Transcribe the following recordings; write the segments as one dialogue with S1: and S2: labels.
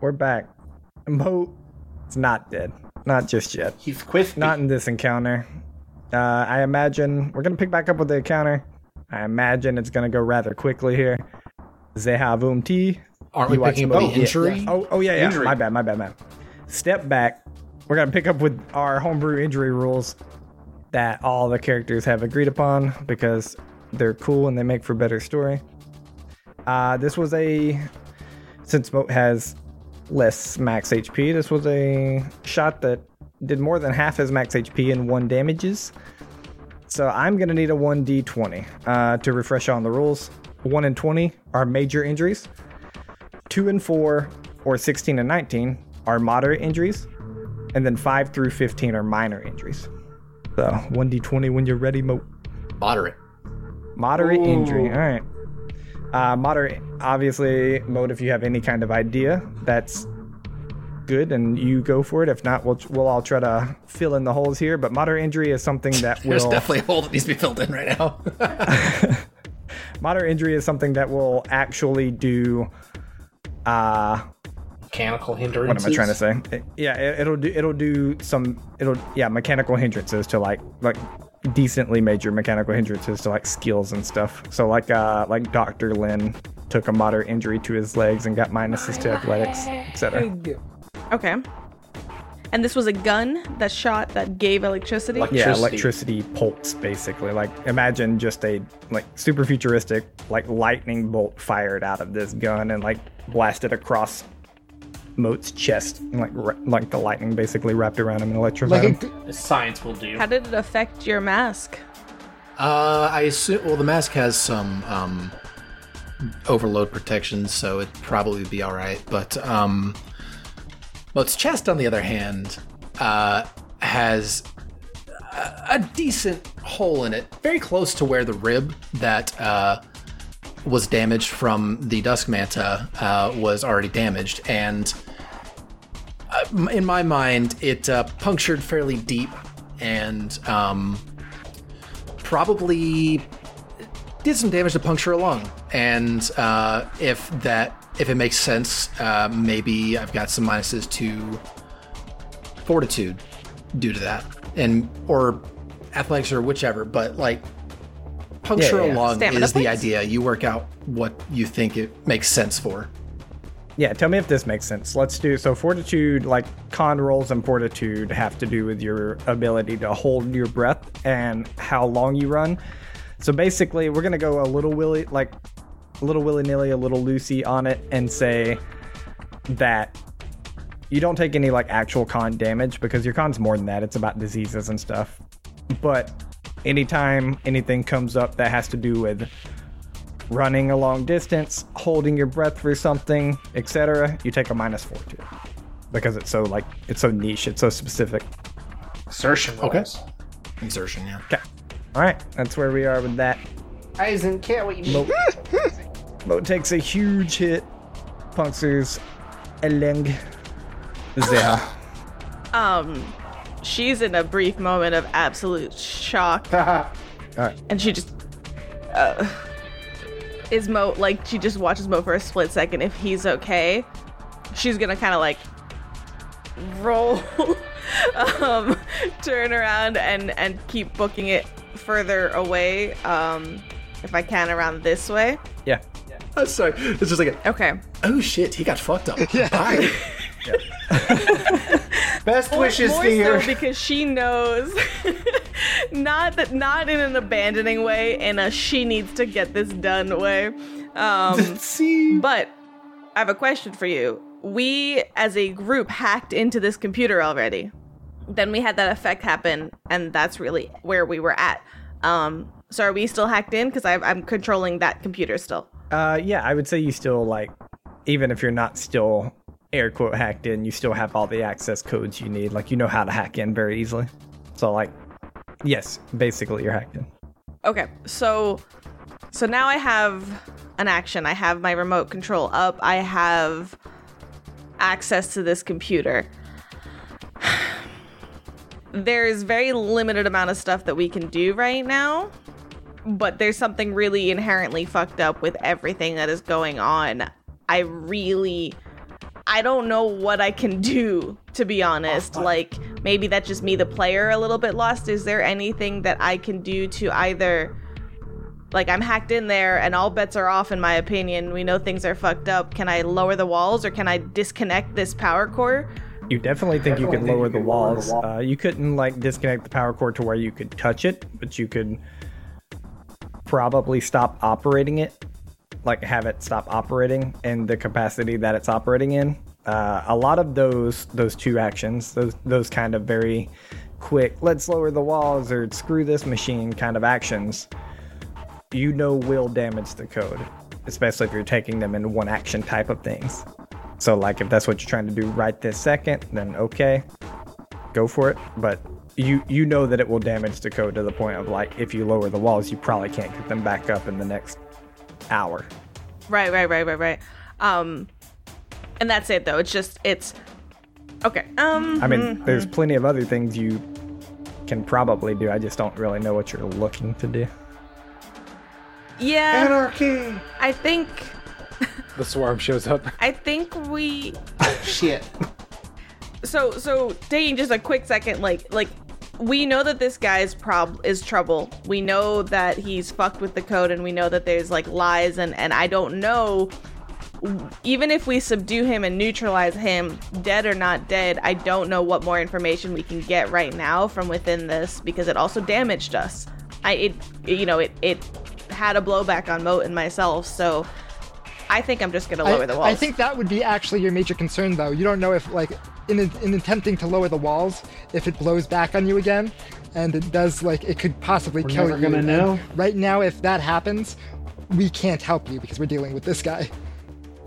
S1: we're back. Moat is not dead. Not just yet.
S2: He's quit.
S1: Not in this encounter. Uh, I imagine we're gonna pick back up with the encounter. I imagine it's gonna go rather quickly here. They have umti.
S3: Aren't we
S1: You watch
S3: picking up the
S1: both, yeah,
S3: injury?
S1: Oh, oh yeah, yeah.
S2: Injury.
S1: My bad, my bad, man. Step back. We're gonna pick up with our homebrew injury rules that all the characters have agreed upon because they're cool and they make for better story. Uh, this was a since Moat has less max HP, this was a shot that did more than half his max HP and one damages. So I'm gonna need a 1d20 uh, to refresh on the rules. 1 and 20 are major injuries. 2 and 4 or 16 and 19 are moderate injuries and then 5 through 15 are minor injuries so 1d20 when you're ready mo-
S3: Moderate.
S1: moderate
S2: Ooh.
S1: injury all right uh, moderate obviously mode if you have any kind of idea that's good and you go for it if not we'll, we'll all try to fill in the holes here but moderate injury is something that
S3: There's
S1: will
S3: definitely a hole that needs to be filled in right now.
S1: moderate injury is something that will actually do uh
S2: Mechanical
S1: what
S2: hindrances.
S1: am I trying to say? It- yeah, it, it'll do. It'll do some. It'll yeah, mechanical hindrances to like like decently major mechanical hindrances to like skills and stuff. So like uh like Doctor Lin took a moderate injury to his legs and got minuses to athletics, etc.
S4: Okay. And this was a gun that shot that gave electricity.
S2: Like-
S1: Yeah,
S2: Electricity.
S1: electricity pulse basically. Like imagine just a like super futuristic like lightning bolt fired out of this gun and like blasted across Moat's chest and like ra- like the lightning basically wrapped around him and electrified
S3: like,
S1: him.
S3: it,
S2: Science will do.
S4: How did it affect your mask?
S3: uh, I assume. Well, the mask has some um, overload protection, so it'd probably be all right. But um, well, its chest, on the other hand, uh, has a, a decent hole in it, very close to where the rib that uh, was damaged from the dusk manta uh, was already damaged, and. m- in my mind, it uh, punctured fairly deep and um, probably did some damage to puncture a lung. And uh, if that, if it makes sense, uh, maybe I've got some minuses to fortitude due to that, and or athletics or whichever. But like puncture
S1: Yeah, yeah,
S3: a
S1: yeah.
S3: lung
S4: Stamina
S3: Um, is the
S4: points?
S3: idea. You work out what you think it makes sense for.
S1: Yeah, tell me if this makes sense. Let's do so. Fortitude, like con rolls and fortitude, have to do with your ability to hold your breath and how long you run. So basically, we're gonna go a little willy, like a little willy nilly, a little loosey on it, and say that you don't take any like actual con damage because your con's more than that. It's about diseases and stuff. But anytime anything comes up that has to do with running a long distance, holding your breath for something, etc., you take a minus four to it because it's so like it's so niche, it's so specific.
S2: Exertion rolls.
S3: Okay. Exertion, yeah.
S1: Okay, all right, that's where we are with that.
S2: I didn't care what you mean.
S1: Mo takes a huge hit, punctures a lung. Zeha.
S4: Um, she's in a brief moment of absolute shock,
S1: Alright.
S4: and she just uh, is Mo like she just watches Mo for a split second. If he's okay, she's gonna kind of like roll, um, turn around and and keep booking it further away, um, if I can around this way.
S1: Yeah.
S3: I'm sorry. It's just like, a,
S4: Okay.
S3: oh shit, he got fucked up. Bye.
S2: Best wishes
S4: more
S2: to your.
S4: so because she knows not that not in an abandoning way in a she needs to get this done way um
S2: See.
S4: but i have a question for you we as a group hacked into this computer already then we had that effect happen and that's really where we were at um so are we still hacked in because i'm controlling that computer still
S1: Uh, yeah, I would say you still like, even if you're not still air quote hacked in, you still have all the access codes you need. Like you know how to hack in very easily. So like, yes, basically you're hacked in.
S4: Okay, so so now I have an action. I have my remote control up. I have access to this computer. There is very limited amount of stuff that we can do right now, but there's something really inherently fucked up with everything that is going on. I really I don't know what I can do, to be honest.
S5: Oh,
S4: Like, maybe that's just me, the player, a little bit lost. Is there anything that I can do to either. Like, I'm hacked in there and all bets are off, in my opinion. We know things are fucked up. Can I lower the walls or can I disconnect this power core?
S1: You definitely think you could
S2: Definitely think
S1: lower the
S2: you could lower the
S1: walls.
S2: wall.
S1: Uh, you couldn't like disconnect the power cord to where you could touch it, but you could probably stop operating it, like have it stop operating in the capacity that it's operating in. Uh, a lot of those those two actions, those those kind of very quick, let's lower the walls or screw this machine kind of actions, you know will damage the code, especially if you're taking them in one action type of things. So, like, if that's what you're trying to do right this second, then okay, go for it. But you you know that it will damage the code to the point of like, if you lower the walls, you probably can't get them back up in the next hour.
S4: Right, right, right, right, right. Um, and that's it though. It's just it's okay. Um,
S1: I mean, there's plenty of other things you can probably do. I just don't really know what you're looking to do.
S4: yeah,
S2: Anarchy.
S4: I think
S5: uh, The swarm shows up.
S4: I think we.
S2: Shit.
S4: So so taking just a quick second, like like we know that this guy's prob is trouble. We know that he's fucked with the code, and we know that there's like lies, and and I don't know. Even if we subdue him and neutralize him, dead or not dead, I don't know what more information we can get right now from within this because it also damaged us. I it you know it it had a blowback on Moat and myself, so I think I'm just gonna lower
S6: I,
S4: the walls.
S6: I think that would be actually your major concern, though. You don't know if, like, in, in attempting to lower the walls, if it blows back on you again, and it does, like, it could possibly
S2: We're
S6: kill
S2: never
S6: you.
S2: gonna
S6: And
S2: know.
S6: Right now, if that happens, we can't help you because we're dealing with this guy.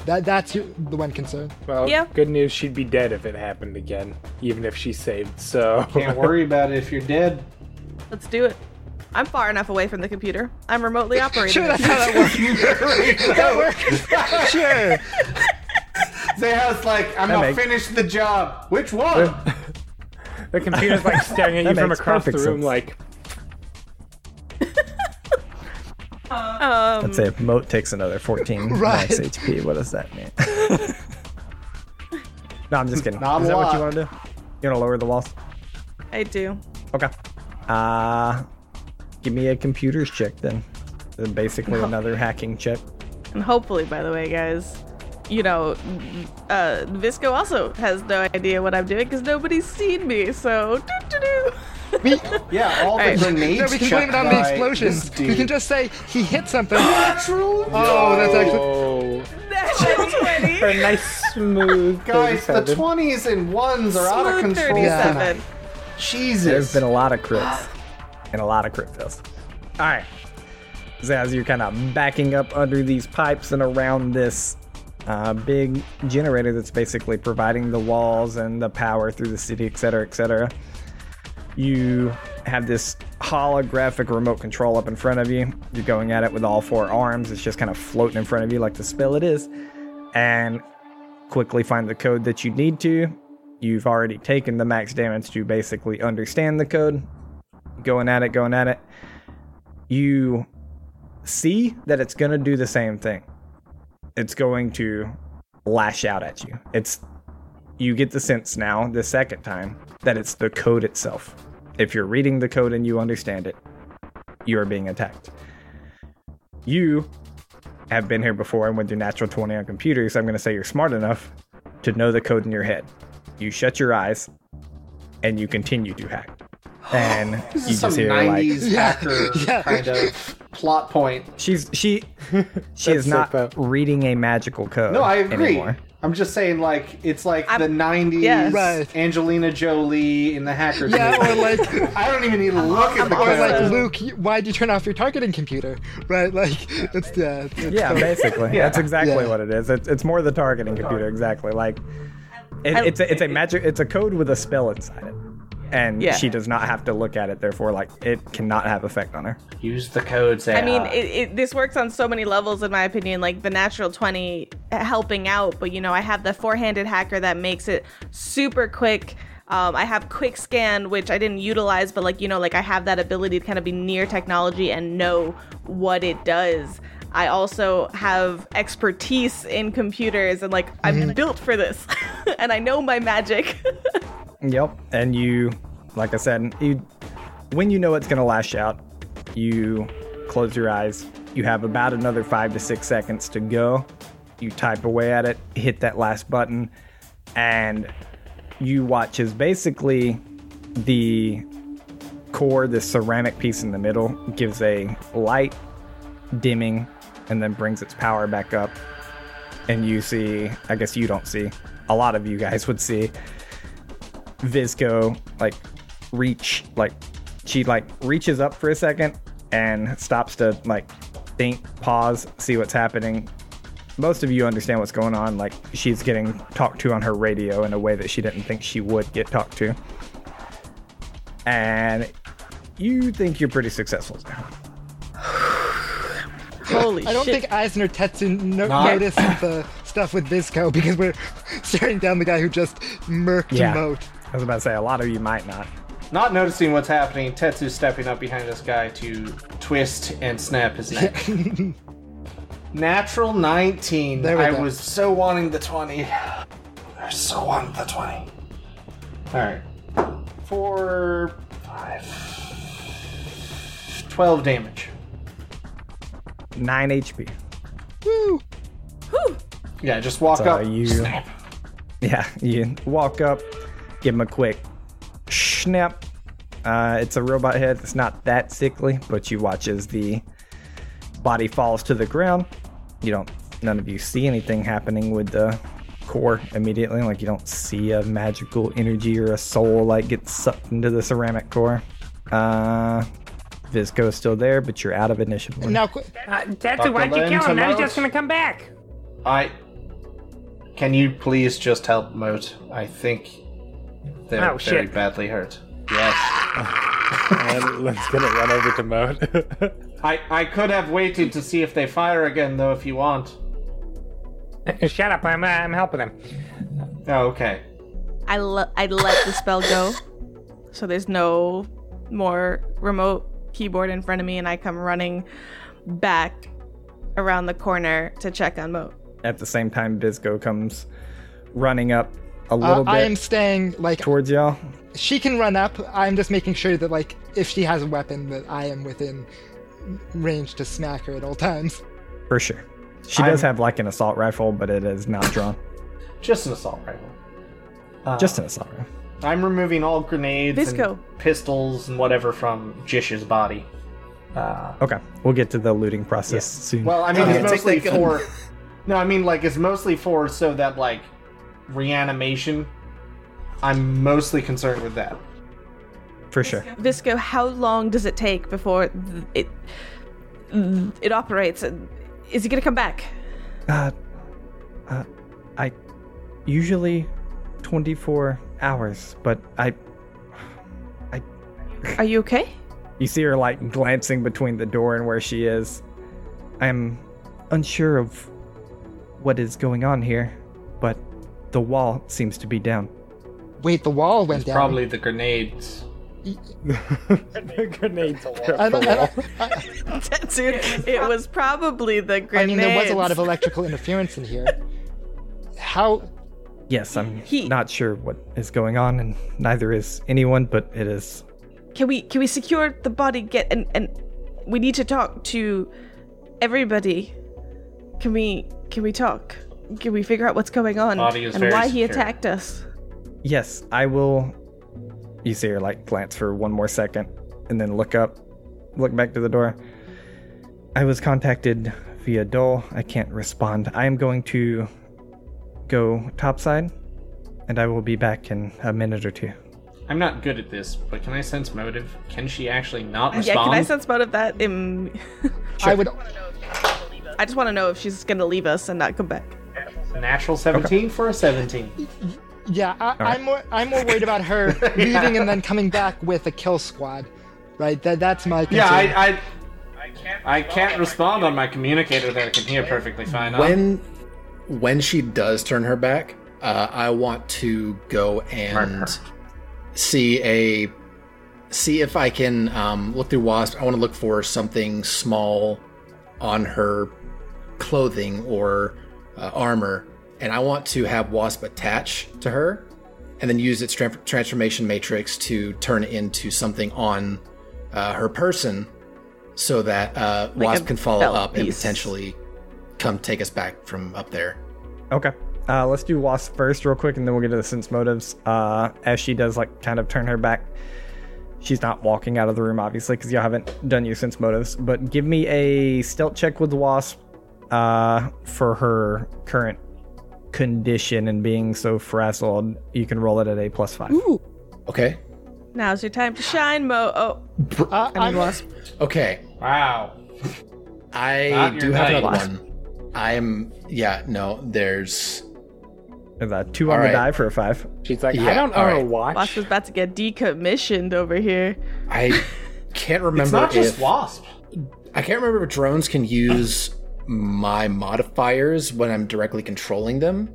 S6: That that's your, the one concern.
S5: Well,
S4: Yeah.
S5: good news, she'd be dead if it happened again, even if she saved. So
S2: Can't worry about it if you're dead.
S4: Let's do it. I'm far enough away from the computer. I'm remotely operating. it.
S2: that
S6: Sure.
S2: Zeha's like, I'm not
S1: make-
S2: finished the job. Which one?
S5: the computer's like staring at you
S1: That
S5: from
S1: makes
S5: across the
S1: perfect
S5: room,
S1: sense.
S5: like
S4: um,
S1: Let's say if Moat takes another 14
S6: Right.
S1: max HP, what does that mean? no, I'm just kidding.
S2: Not a
S1: Is that what you want
S2: lot.
S1: to do? You want to lower the walls?
S4: I do.
S1: Okay. Uh give me a computers check then. Uh, Basically another hacking check.
S4: And hopefully, by the way, guys, you know, uh, Visco also has no idea what I'm doing because nobody's seen me. So, doo-doo-doo.
S6: We,
S2: Yeah, all the
S4: Alright.
S2: grenades.
S6: no, we can
S2: chucked
S6: blame it on the
S2: by this
S6: explosions.
S2: dude.
S6: We can just say he hit something.
S2: Natural.
S6: Oh, that's actually.
S5: oh,
S4: Natural 20.
S5: a nice smooth
S2: Guys, the
S5: 37.
S2: twenties and ones are out of
S4: Smooth
S2: control.
S4: 37.
S2: tonight.
S1: There's
S2: Jesus.
S1: been a lot of crits and a lot of crit fails. All right. Zaz, you're kind of backing up under these pipes and around this uh, big generator that's basically providing the walls and the power through the city, et cetera, et cetera. You have this holographic remote control up in front of you. You're going at it with all four arms. It's just kind of floating in front of you like the spell it is. And quickly find the code that you need to. You've already taken the max damage to basically understand the code. Going at it, going at it. You see that it's going to do the same thing. It's going to lash out at you. It's you get the sense now the second time that it's the code itself. If you're reading the code and you understand it, you are being attacked. You have been here before and with your natural 20 on computers, I'm going to say you're smart enough to know the code in your head. You shut your eyes and you continue to hack. And you
S2: This
S1: just
S2: is some
S1: hear like
S2: nineties hacker kind of plot point.
S1: She's she she is
S5: so
S1: not
S5: bad.
S1: reading a magical code.
S2: No, I agree.
S1: Anymore.
S2: I'm just saying, like it's like the '90s
S4: yeah.
S6: Right.
S2: Angelina Jolie in the hackers.
S6: Yeah, or
S2: movie.
S6: like,
S2: I don't even need to look at the
S6: or
S2: code.
S6: like, Luke, you- why'd you turn off your targeting computer? Right, like, it's yeah, it's, it's
S1: Yeah,
S6: so-
S1: basically, that's exactly
S6: Yeah.
S1: what it is. It's, it's more the targeting computer, exactly. Like it,
S4: I-
S1: it's a, it's a magic it's a code with a spell inside it, and
S4: Yeah.
S1: she does not have to look at it. Therefore, like it cannot have effect on her.
S2: Use the code. Say,
S4: I mean, it, it, this works on so many levels, in my opinion. Like the natural 20 helping out, but you know, I have the four handed hacker that makes it super quick. Um, I have quick scan, which I didn't utilize, but like, you know, like I have that ability to kind of be near technology and know what it does. I also have expertise in computers and like
S6: Mm-hmm.
S4: I'm built for this, and I know my magic.
S1: Yep. And you, like I said, you, when you know it's going to lash out, you close your eyes. You have about another five to six seconds to go. You type away at it, hit that last button, and you watch as basically the core, the ceramic piece in the middle, gives a light dimming and then brings its power back up. And you see, I guess you don't see, a lot of you guys would see Visco like reach like she like reaches up for a second and stops to like think, pause, see what's happening. Most of you understand what's going on. Like she's getting talked to on her radio in a way that she didn't think she would get talked to. And you think you're pretty successful now.
S4: Holy
S6: I don't
S4: shit!
S6: think Eisner Tetsu no-
S2: Not-
S6: noticed the stuff with Visco because we're staring down the guy who just murked
S1: Yeah.
S6: Moat.
S1: I was about to say a lot of you might not.
S2: Not noticing what's happening, Tetsu's stepping up behind this guy to twist and snap his neck. Natural 19.
S6: There we
S2: I
S6: go.
S2: was so wanting the 20. I was so wanting the 20. Alright. Four, five, 12 damage.
S1: Nine HP.
S6: Woo!
S2: Yeah, just walk
S1: So
S2: up.
S1: you-
S2: Snap.
S1: Yeah, you walk up, give him a quick snap. Uh, it's a robot head. It's not that sickly, but you watch as the body falls to the ground. You don't. None of you see anything happening with the core immediately. Like you don't see a magical energy or a soul like get sucked into the ceramic core. Uh, Visco is still there, but you're out of initiative.
S6: Now, qu-
S7: Uh,
S2: Dr.
S7: Tetsu, why'd you
S2: Len
S7: kill him? Now he's
S2: Tomos.
S7: just gonna come back.
S2: I. Can you please just help Moat? I think they're
S7: Oh,
S2: very
S7: shit.
S2: badly hurt. Yes.
S5: And Lynn's gonna run over to Moat.
S2: I, I could have waited to see if they fire again, though, if you want.
S7: Shut up, I'm, uh, I'm helping him.
S2: Oh, okay.
S4: I le- I let the spell go, so there's no more remote keyboard in front of me, and I come running back around the corner to check on Moat.
S1: At the same time, Visco comes running up a
S6: uh,
S1: little
S6: I
S1: bit
S6: am staying like
S1: towards y'all.
S6: she can run up. I'm just making sure that like if she has a weapon that I am within range to smack her at all times.
S1: For sure. She does have like an assault rifle, but it is not drawn.
S2: Just an assault rifle.
S1: Just an assault rifle.
S2: I'm removing all grenades
S4: Visco.
S2: and pistols and whatever from Jish's body.
S1: Okay. We'll get to the looting process soon.
S2: Well, I mean,
S3: Okay,
S2: it's
S3: take
S2: mostly
S3: that gun.
S2: for. No, I mean, like, it's mostly for so that, like, reanimation. I'm mostly concerned with that.
S1: for sure.
S4: Visco, how long does it take before th- it it operates? Is he gonna come back?
S1: Uh, uh, I usually 24 hours, but I
S4: Are you okay?
S1: you see her like glancing between the door and where she is. I'm unsure of what is going on here, but the wall seems to be down.
S6: Wait, the wall went
S2: It's
S6: down.
S2: probably the grenades.
S5: the grenades.
S6: I don't, I don't, I,
S4: Dude, it was probably the
S6: I
S4: grenades.
S6: mean, there was a lot of electrical interference in here. How?
S1: Yes, I'm
S4: He-
S1: not sure what is going on, and neither is anyone, but it is
S4: Can we can we secure the body? Get and and we need to talk to everybody. Can we can we talk? Can we figure out what's going on
S2: Body is
S4: and
S2: very
S4: why he
S2: secure.
S4: attacked us?
S1: Yes, I will. You see her like glance for one more second and then look up, look back to the door. I was contacted via Dole. I can't respond. I am going to go topside and I will be back in a minute or two.
S2: I'm not good at this, but can I sense motive? Can she actually not
S4: Yeah,
S2: respond?
S4: can I sense motive that? Um,
S6: I would.
S4: I just want to know if she's gonna leave us and not come back.
S2: Natural 17 for a 17.
S6: Yeah, I, I'm more. I'm more worried about her leaving and then coming back with a kill squad. Right. That that's my. Concern.
S2: Yeah, I. I I can't respond on my communicator that I can hear perfectly fine. on.
S3: When when she does turn her back, uh, I want to go and
S2: Mark
S3: see a see if I can um, look through Wasp. I want to look for something small on her clothing or uh, armor, and I want to have Wasp attach to her, and then use its tran- transformation matrix to turn it into something on uh, her person, so that uh,
S4: Like
S3: Wasp
S4: a
S3: can follow
S4: belt
S3: up and
S4: piece.
S3: potentially come take us back from up there.
S1: Okay. Uh, let's do Wasp first, real quick, and then we'll get to the sense motives. Uh, as she does, like, kind of turn her back. She's not walking out of the room, obviously, because y'all haven't done your sense motives. But give me a stealth check with Wasp uh, for her current condition and being so frazzled. You can roll it at a plus five.
S3: Okay.
S4: Now's your time to shine, Mo. Oh,
S6: Uh,
S4: I
S6: I'm-
S4: mean, Wasp.
S3: Okay.
S2: Wow.
S3: I
S2: Not your
S3: do have
S2: night.
S3: another one. I'm yeah no. There's
S1: Is that two on the
S3: Alright.
S1: die for a five?
S5: She's like,
S3: Yeah,
S5: I don't
S3: all
S5: own a
S3: right.
S5: watch.
S4: Wasp is about to get decommissioned over here.
S3: I can't remember.
S2: It's not just
S3: if-
S2: Wasp.
S3: I can't remember if drones can use my modifiers when I'm directly controlling them.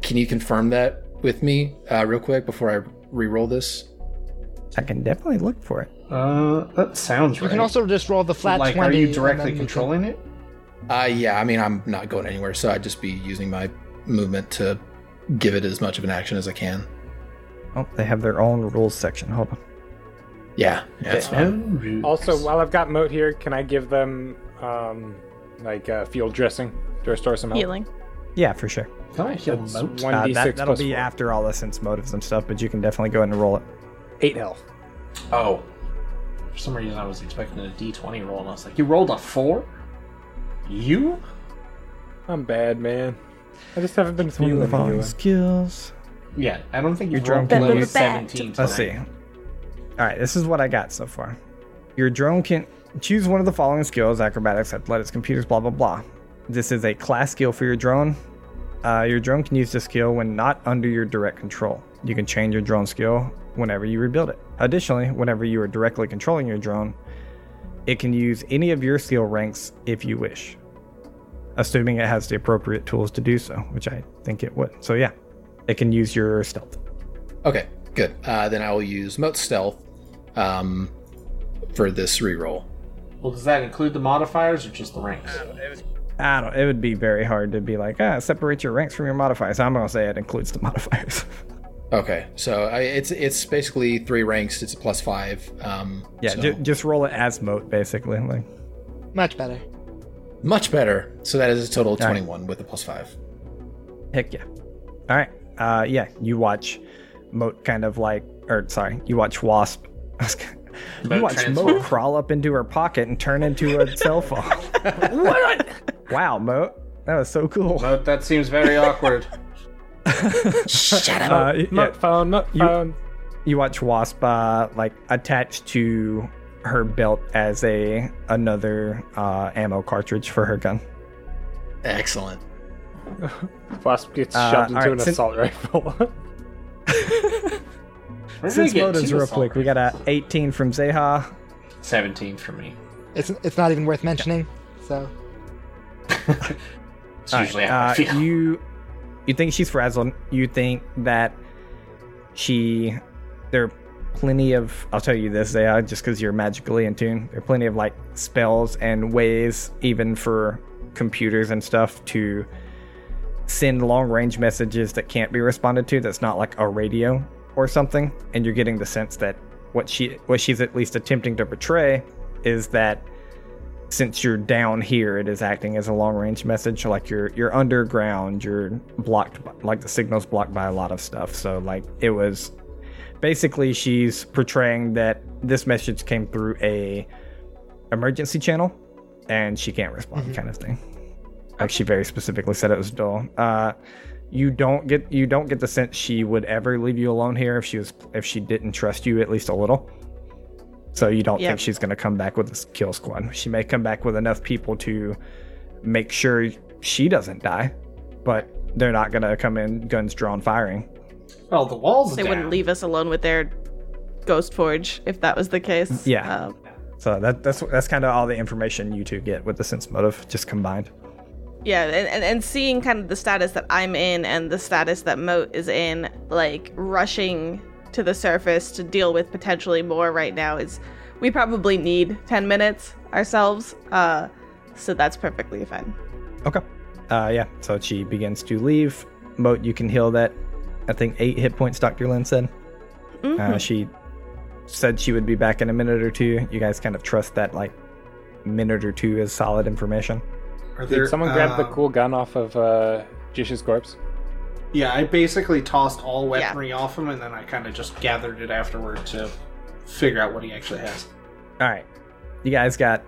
S3: Can you confirm that with me, uh, real quick, before I re-roll this?
S1: I can definitely look for it.
S2: Uh, that sounds
S6: you can also just roll the flat
S2: like,
S6: twenty.
S2: are you
S6: and
S2: directly
S6: then we can-
S2: controlling it?
S3: Uh, yeah, I mean, I'm not going anywhere, so I'd just be using my movement to give it as much of an action as I can.
S1: Oh, they have their own rules section. Hold on.
S3: Yeah, yeah that's fine.
S2: Oh.
S5: Also, while I've got Moat here, can I give them um, like uh, field dressing to restore some health?
S4: Healing.
S1: Yeah, for sure.
S2: Can I heal
S5: It's
S2: Moat?
S5: One
S1: Uh,
S5: d
S1: that,
S5: six
S1: that'll
S5: plus
S1: be
S5: four.
S1: after all the sense motives and stuff, but you can definitely go ahead and roll it.
S5: eight health.
S2: Oh. For some reason, I was expecting a d20 roll, and I was like, you rolled a 4? You?
S5: I'm bad, man. I just haven't been
S1: You
S5: feeling
S1: following
S5: you.
S1: skills.
S2: Yeah, I don't think
S1: You're
S2: you've rolled
S1: drunk. Ba-
S2: below
S1: ba- ba-
S2: 17
S1: Let's see.
S2: tonight.
S1: All right, this is what I got so far. Your drone can choose one of the following skills acrobatics, athletics, computers, blah, blah, blah. This is a class skill for your drone. Uh, your drone can use this skill when not under your direct control. You can change your drone skill whenever you rebuild it. Additionally, whenever you are directly controlling your drone, it can use any of your skill ranks if you wish, assuming it has the appropriate tools to do so, which I think it would. So, yeah, it can use your stealth.
S3: Okay, good. Uh, then I will use Moat Stealth um, for this re-roll.
S2: Well, does that include the modifiers or just the ranks?
S1: I don't. It would be very hard to be like, ah, separate your ranks from your modifiers. I'm gonna say it includes the modifiers.
S3: Okay, so I, it's it's basically three ranks. It's a plus five. Um,
S1: yeah,
S3: so-
S1: ju- just roll it as moat, basically. Like,
S6: Much better.
S3: much better. So that is a total of
S1: All right.
S3: twenty-one with a plus five.
S1: heck yeah. All right. Uh, yeah. You watch moat kind of like, or sorry, you watch wasp. you
S2: Moat
S1: watch
S2: transform.
S1: moat crawl up into her pocket and turn into a cell phone. what? Wow, moat. That was so cool.
S2: Moat, that seems very awkward.
S3: Shut up.
S1: Uh, yeah.
S5: Moat phone, moat
S1: You-
S5: phone.
S1: you watch Wasp uh, like attached to her belt as a another uh, ammo cartridge for her gun.
S3: Excellent.
S5: Wasp gets
S1: Uh,
S5: shoved into
S1: alright,
S5: an
S1: since-
S5: assault rifle.
S2: Where did I
S1: Since
S2: get
S1: motives
S2: two
S1: real
S2: assault
S1: quick, we got a 18 from Zeha.
S2: 17 for me.
S6: It's it's not even worth mentioning. So
S2: It's usually how I
S1: Uh,
S2: feel.
S1: you you think she's frazzled. You think that she there are plenty of I'll tell you this, Zeha, just because you're magically in tune. There are plenty of like spells and ways, even for computers and stuff, to send long range messages that can't be responded to. That's not like a radio or something. And you're getting the sense that what she what she's at least attempting to portray is that since you're down here, it is acting as a long range message. Like you're you're underground, you're blocked, by, like the signal's blocked by a lot of stuff. So like it was basically she's portraying that this message came through a emergency channel, and she can't respond, kind of thing. Like she very specifically said it was dull. Uh, you don't get you don't get the sense she would ever leave you alone here if she was if she didn't trust you at least a little. So you don't
S4: Yeah.
S1: think she's going to come back with a kill squad. She may come back with enough people to make sure she doesn't die, but they're not going to come in guns drawn firing.
S2: well, the wall's
S4: They
S2: down.
S4: wouldn't leave us alone with their ghost forge if that was the case.
S1: Yeah.
S4: Um,
S1: So that, that's that's kind of all the information you two get with the sense motive just combined.
S4: yeah and, and, and seeing kind of the status that i'm in and the status that moat is in like rushing to the surface to deal with potentially more right now is we probably need 10 minutes ourselves uh so that's perfectly fine
S1: Okay. Uh, yeah. So she begins to leave. Moat, you can heal that. I think eight hit points. Doctor Lin said.
S4: Mm-hmm.
S1: Uh, she said she would be back in a minute or two. You guys kind of trust that like minute or two is solid information.
S2: Are
S5: Did
S2: there-
S5: someone grab the
S2: uh,
S5: cool gun off of uh, Jish's corpse?
S2: Yeah, I basically tossed all weaponry off him, and then I kind of just gathered it afterward to figure out what he actually has.
S1: All right. You guys got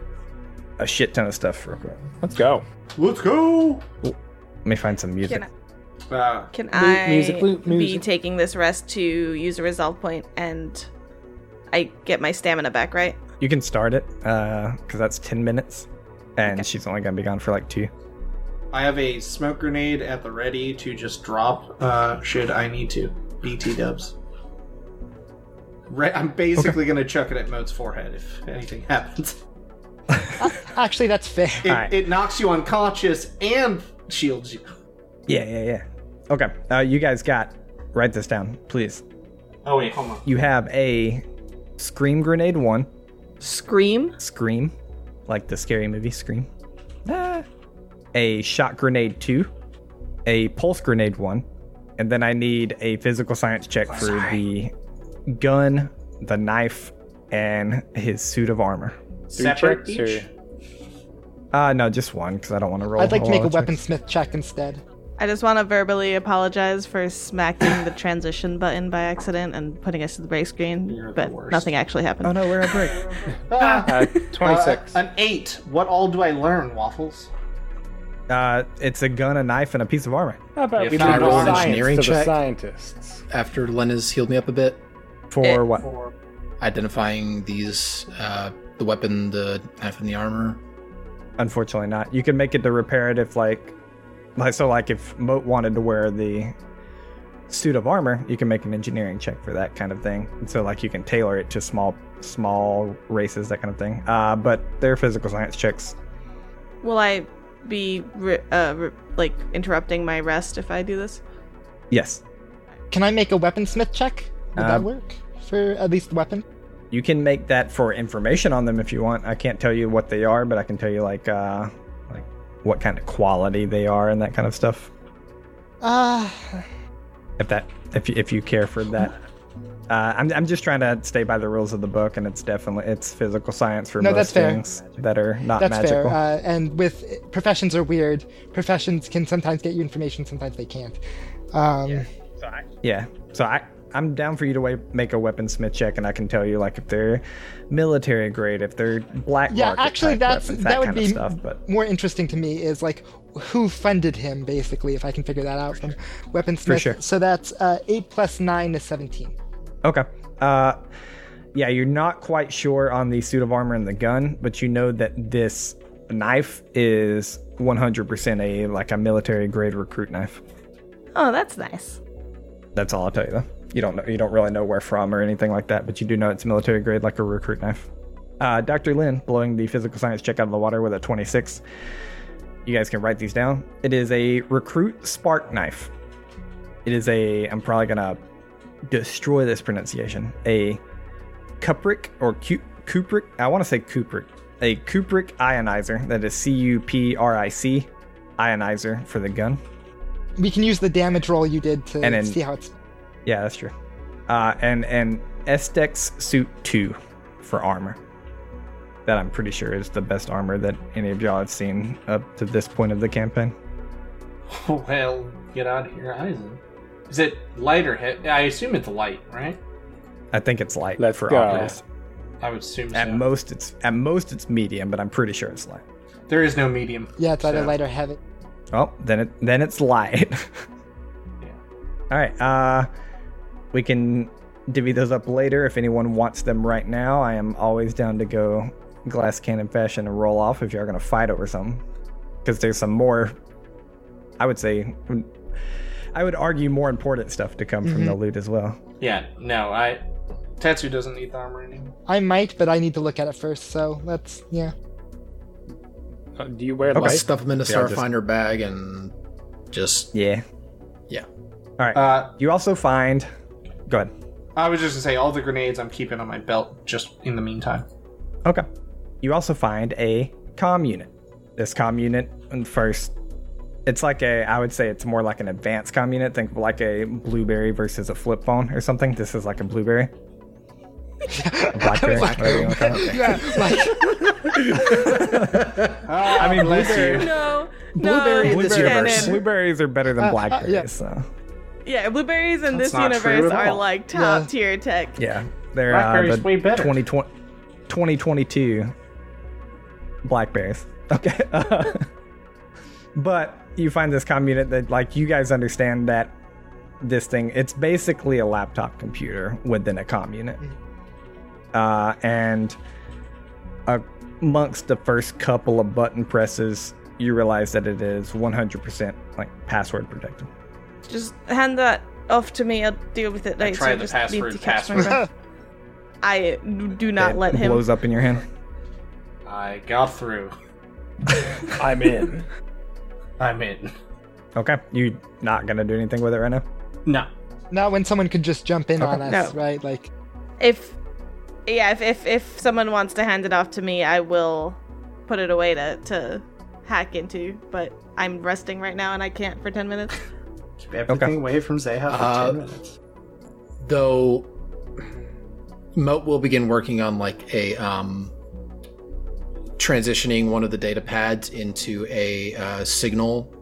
S1: a shit ton of stuff. Real quick.
S5: Let's go.
S2: Let's go.
S1: Let me find some music.
S4: Can I,
S2: Uh,
S4: can
S5: Mu-
S4: I
S5: music, mu-
S4: be
S5: music.
S4: taking this rest to use a resolve point and I get my stamina back, right?
S1: You can start it because that's ten minutes, and she's only gonna be gone for like two.
S2: I have a smoke grenade at the ready to just drop uh, should I need to. BT dubs. Re- I'm basically going to chuck it at Moat's forehead if anything happens.
S6: Actually, that's fair.
S2: It,
S1: Alright.
S2: it knocks you unconscious and shields you.
S1: Yeah, yeah, yeah. Okay. Uh, you guys got. Write this down, please.
S2: Oh, wait, hold on.
S1: You have a scream grenade one.
S4: Scream.
S1: Scream, like the scary movie Scream. Ah. A shot grenade two, a pulse grenade one, and then I need a physical science check for the gun, the knife, and his suit of armor.
S2: Separate
S5: checks,
S2: each?
S1: Uh no, just one because I don't want to roll.
S6: I'd like to make a
S1: lot of checks.
S6: weaponsmith check instead.
S4: I just want to verbally apologize for smacking the transition button by accident and putting us to the break screen, but nothing actually happened.
S1: Oh no, we're at break.
S5: Uh,
S2: Uh,
S5: 26.
S2: an eight. What all do I learn, Waffles?
S1: uh, it's a gun, a knife, and a piece of armor.
S5: How about
S3: If
S5: we
S3: I
S5: leave
S3: roll an
S5: the
S3: engineering
S5: science to the
S3: check?
S5: scientists?
S3: After Len has healed me up a bit,
S1: For
S4: Eh.
S1: what?
S3: identifying these, uh, the weapon, the knife, and the armor.
S1: Unfortunately, not. You can make it to repair it if like, like so like if Moat wanted to wear the suit of armor, you can make an engineering check for that kind of thing. And so like you can tailor it to small small races that kind of thing. Uh, but they're physical science checks.
S4: Will I be re- uh, re- like interrupting my rest if I do this?
S1: Yes,
S6: Can I make a weaponsmith check? Would
S1: Uh,
S2: Um,
S6: that work for at least weapon?
S1: you can make that for information on them if you want. I can't tell you what they are, but I can tell you like uh like what kind of quality they are and that kind of stuff.
S6: Ah,
S1: if that if you, if you care for that uh, I'm, I'm just trying to stay by the rules of the book and it's definitely it's physical science for
S6: No,
S1: most
S6: that's fair.
S1: things that are not
S6: that's fair.
S1: magical
S6: Uh, and with professions are weird. Professions can sometimes get you information, sometimes they can't. Um,
S1: yeah so i i'm down for you to wa- make a weaponsmith check and i can tell you like if they're military grade if they're black
S6: yeah
S1: market
S6: actually
S1: type
S6: that's
S1: weapons,
S6: that, would
S1: kind
S6: be
S1: of stuff but
S6: more interesting to me is like who funded him basically if i can figure that out from weaponsmith
S1: sure.
S6: so that's uh, 8 plus 9 is 17
S1: Okay. Uh, yeah, you're not quite sure on the suit of armor and the gun, but you know that this knife is 100% a like a military grade recruit knife.
S4: Oh, that's nice.
S1: That's all I'll tell you though. You don't know, you don't really know where from or anything like that, but you do know it's military grade, like a recruit knife. Uh, Dr. Lin blowing the physical science check out of the water with a 26. You guys can write these down. It is a recruit spark knife. It is a. I'm probably gonna destroy this pronunciation. A cupric or cu- cupric. I want to say cupric. A cupric ionizer. That is C U P R I C ionizer for the gun.
S6: we can use the damage roll you did to
S1: And then-
S6: see how it's
S1: Yeah, that's true. Uh, and and Estex suit two for armor. That I'm pretty sure is the best armor that any of y'all have seen up to this point of the campaign.
S2: Well, get out of here, Eisen. Is it light or hit? I assume it's light, right?
S1: I think it's light
S5: Let's
S1: for
S5: go.
S1: obvious.
S2: I would assume
S1: At
S2: so.
S1: most, it's at most it's medium, but I'm pretty sure it's light.
S2: there is no medium.
S6: yeah it's either
S2: So-
S6: light or heavy
S1: Well, Oh, then it then it's light. All right. Uh, we can divvy those up later if anyone wants them right now. I am always down to go glass cannon fashion and roll off if you're gonna fight over something. Because there's some more. I would say, I would argue more important stuff to come from the loot as well.
S2: Yeah, no, I. Tatsu doesn't need the armor anymore.
S6: i might but i need to look at it first so let's yeah
S5: Uh, do you wear
S1: Okay.
S5: light?
S1: Right.
S3: Let's stuff them in a
S1: Yeah, just-
S3: Starfinder bag and just
S1: Yeah.
S3: Yeah.
S1: All right.
S2: Uh,
S1: you also find. Go ahead.
S2: I was just gonna say all the grenades I'm keeping on my belt just in the meantime.
S1: Okay. You also find a comm unit. This comm unit, in the first it's like a I would say it's more like an advanced comm unit. Think like a blueberry versus a flip phone or something. This is like a blueberry. A blackberry, whatever you wanna call it.
S6: Yeah, like
S2: Ah,
S1: I mean, blueberry,
S4: No,
S3: Blueberry
S4: no,
S3: in this
S4: Shannon.
S3: universe.
S1: blueberries are better than
S6: Uh, uh,
S1: blackberries.
S6: yeah.
S1: So
S4: Yeah, blueberries in
S2: That's
S4: this
S2: not true
S4: universe
S2: at
S4: are
S2: all.
S4: like top
S6: Yeah.
S4: tier tech.
S1: yeah, they're
S2: Blackberry's
S1: uh, the
S2: way better.
S1: 2020 2022 blackberries. Okay, but you find this comm unit that like you guys understand that this thing it's basically a laptop computer within a comm unit.
S2: Mm-hmm.
S1: uh, and amongst the first couple of button presses, you realize that it is 100% like password protected.
S4: Just hand that off to me. I'll deal with it later.
S2: tried the
S4: just
S2: password,
S4: Need to catch my
S2: password.
S4: breath. I do not
S1: it
S4: let him.
S1: blows up in your hand.
S2: I got through.
S5: I'm in.
S2: I'm in.
S1: Okay, you not gonna do anything with it right now.
S2: No.
S6: not when someone could just jump in on us,
S4: No.
S6: right? Like
S4: If yeah, if, if if someone wants to hand it off to me, I will put it away to to hack into. But I'm resting right now and I can't for ten minutes.
S2: Keep everything
S1: Okay.
S2: away from Zeha for
S3: Uh,
S2: 10 minutes.
S3: though moat will begin working on like a um transitioning one of the data pads into a uh, signal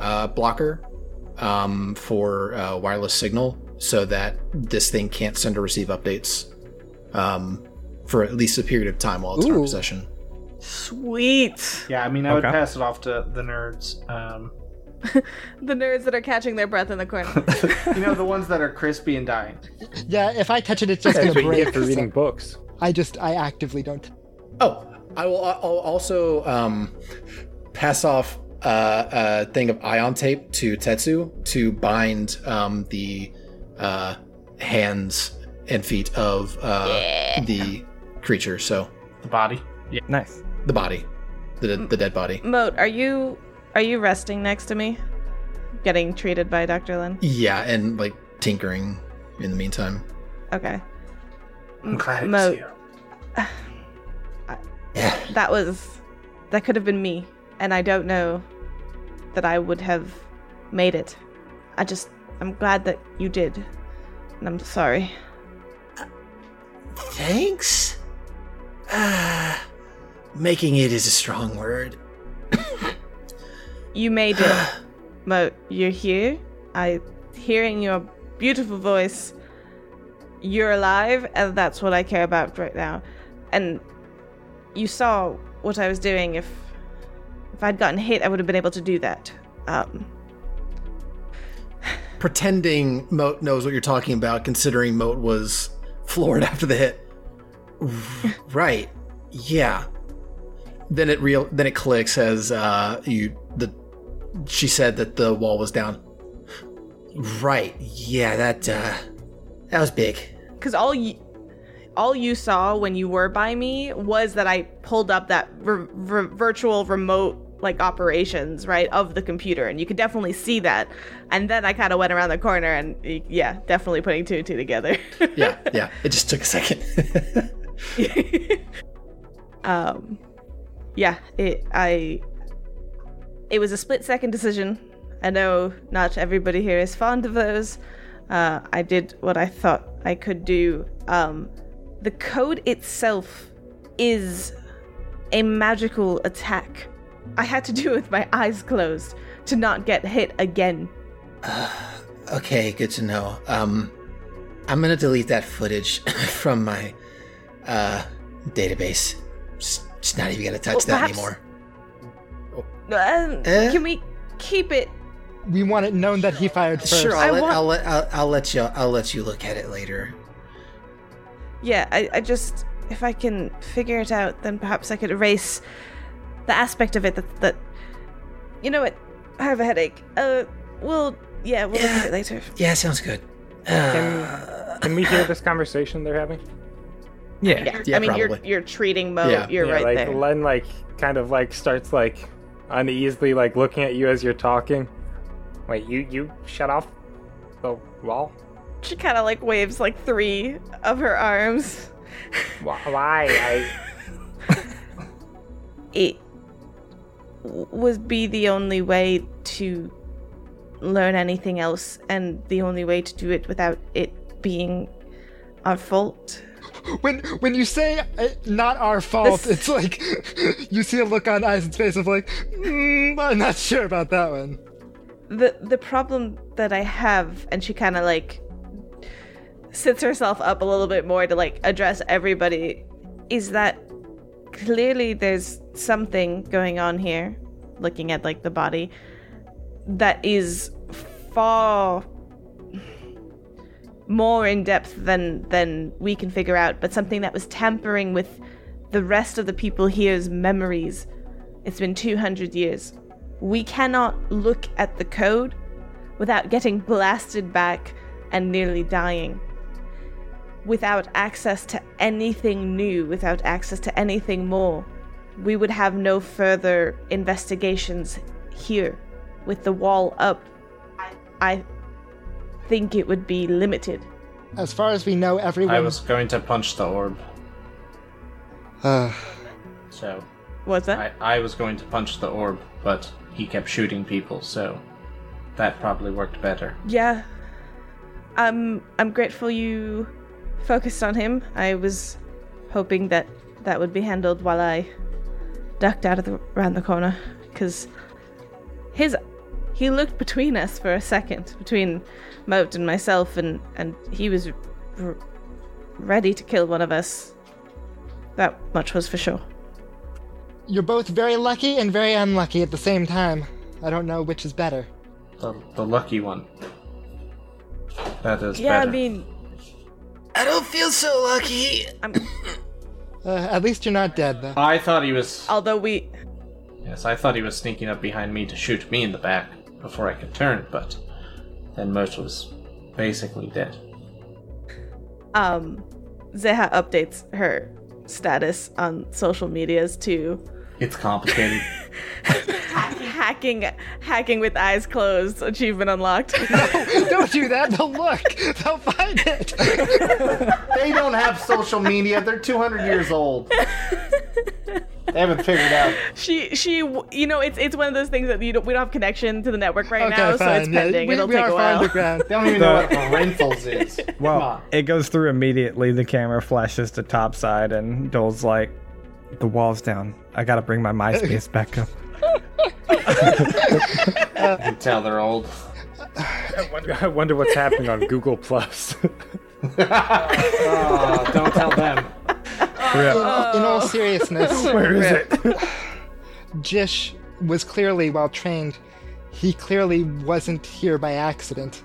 S3: uh, blocker um, for uh, wireless signal so that this thing can't send or receive updates um, for at least a period of time while it's in our
S6: Ooh.
S3: possession
S4: Sweet.
S2: Yeah, I mean, I
S1: Okay.
S2: would pass it off to the nerds. Um,
S4: The nerds that are catching their breath in the corner.
S2: you know, the ones that are crispy and dying.
S6: yeah, if I touch it, it's just
S5: That's
S6: gonna
S5: what you
S6: break.
S5: get for reading
S6: so
S5: books.
S6: I just I actively don't.
S3: Oh, I will I'll also um, pass off uh, a thing of ion tape to Tetsu to bind um, the uh, hands and feet of uh, the creature. So
S2: The body. Yeah.
S1: Nice.
S3: the body, the, the dead body.
S4: Moat, are you are you resting next to me? Getting treated by Dr. Lin.
S3: Yeah, and like tinkering in the meantime.
S4: Okay.
S2: I'm glad it's
S4: Moat.
S2: you.
S4: That was that could have been me, and I don't know that I would have made it. I just I'm glad that you did. And I'm sorry.
S3: Thanks. Uh, making it is a strong word.
S4: You made it. Moat, you're here. I hearing your beautiful voice. You're alive, and that's what I care about right now. And you saw what I was doing. If if I'd gotten hit, I would have been able to do that. Um,
S3: pretending Moat knows what you're talking about, considering Moat was floored after the hit. right. Yeah. Then it real then it clicks as uh you the she said that the wall was down. Right. Yeah, that uh that was big.
S4: because all you all you saw when you were by me was that I pulled up that re- re- virtual remote like operations right of the computer, and you could definitely see that. And then I kind of went around the corner, and y- yeah, definitely putting two and two together.
S3: Yeah, yeah. It just took a second.
S4: um, yeah, it I it was a split second decision. I know not everybody here is fond of those. Uh, I did what I thought I could do. Um, the code itself is a magical attack. I had to do it with my eyes closed to not get hit again.
S3: Okay, good to know. Um, I'm gonna delete that footage from my uh, database. Just, just not even gonna touch
S4: Well,
S3: that
S4: perhaps-
S3: anymore.
S4: Um,
S3: Eh?
S4: Can we keep it?
S6: We want it known that he fired first.
S3: Sure,
S4: I
S3: I'll let,
S4: want-
S3: I'll let I'll, I'll let you I'll let you look at it later.
S4: Yeah, I, I just if I can figure it out, then perhaps I could erase the aspect of it that that you know what? I have a headache. Uh, we'll yeah, we'll look at it later.
S3: Yeah, sounds good.
S5: Uh, Can we hear this conversation they're having?
S1: Yeah.
S4: Yeah,
S3: Yeah,
S4: I mean you're
S3: probably.
S4: you're treating mode.
S3: Yeah.
S4: you're
S5: yeah,
S4: right
S5: like
S4: there.
S5: Len, like kind of like starts like uneasily like looking at you as you're talking. Wait, you you shut off the wall?
S4: she kind of like waves like three of her arms.
S5: Wh- Why? I
S4: It would be the only way to learn anything else, and the only way to do it without it being our fault.
S6: When when you say uh, not our fault,
S4: This-
S6: it's like you see a look on Eisen's face of like, mm, I'm not sure about that one.
S4: the the problem that I have, and she kind of like sits herself up a little bit more to like address everybody, is that clearly there's something going on here, looking at like the body, that is far more in depth than than we can figure out, but something that was tampering with the rest of the people here's memories. It's been 200 years we cannot look at the code without getting blasted back and nearly dying. Without access to anything new, without access to anything more, we would have no further investigations here. With the wall up, I, I think it would be limited.
S6: As far as we know,
S2: I
S6: everyone.
S2: was going to punch the orb,
S6: Uh,
S2: so
S4: What's that?
S2: I, I was going to punch the orb, but he kept shooting people, so that probably worked better.
S4: Yeah. Um, I'm grateful you focused on him. I was hoping that that would be handled while I ducked out of the around the corner because his he looked between us for a second between Moat and myself and and he was r- ready to kill one of us. That much was for sure.
S6: you're both very lucky and very unlucky at the same time. I don't know which is better.
S2: The, the lucky one. That is
S4: Yeah,
S2: better.
S4: I mean,
S3: I don't feel so lucky.
S6: Uh, at least you're not dead, though.
S2: I thought he was.
S4: although we
S2: Yes, I thought he was sneaking up behind me to shoot me in the back before I could turn, but then Moat was basically dead.
S4: um Zeha updates her status on social medias to
S2: It's complicated.
S4: hacking hacking with eyes closed achievement unlocked.
S6: Oh, don't do that. They'll look. They'll find it.
S2: they don't have social media. They're 200 years old. They haven't figured out.
S4: she she you know it's it's one of those things that you don't, we don't have connection to the network right
S6: okay,
S4: now
S6: fine.
S4: so it's
S6: yeah,
S4: pending.
S6: we,
S4: It'll
S6: we
S4: take
S6: are
S4: a
S6: far
S4: while.
S6: underground.
S2: They don't even know what rentals is. Come
S1: Well,
S2: on.
S1: Oh, it goes through immediately. The camera flashes to top side, and Dole's like, "The wall's down. I gotta bring my MySpace back up."
S2: I can tell they're old.
S5: I wonder, I wonder what's happening on Google Plus.
S2: Oh, don't tell them.
S6: In, in all seriousness,
S5: Oh. Where is it?
S6: Jish was clearly well trained. He clearly wasn't here by accident.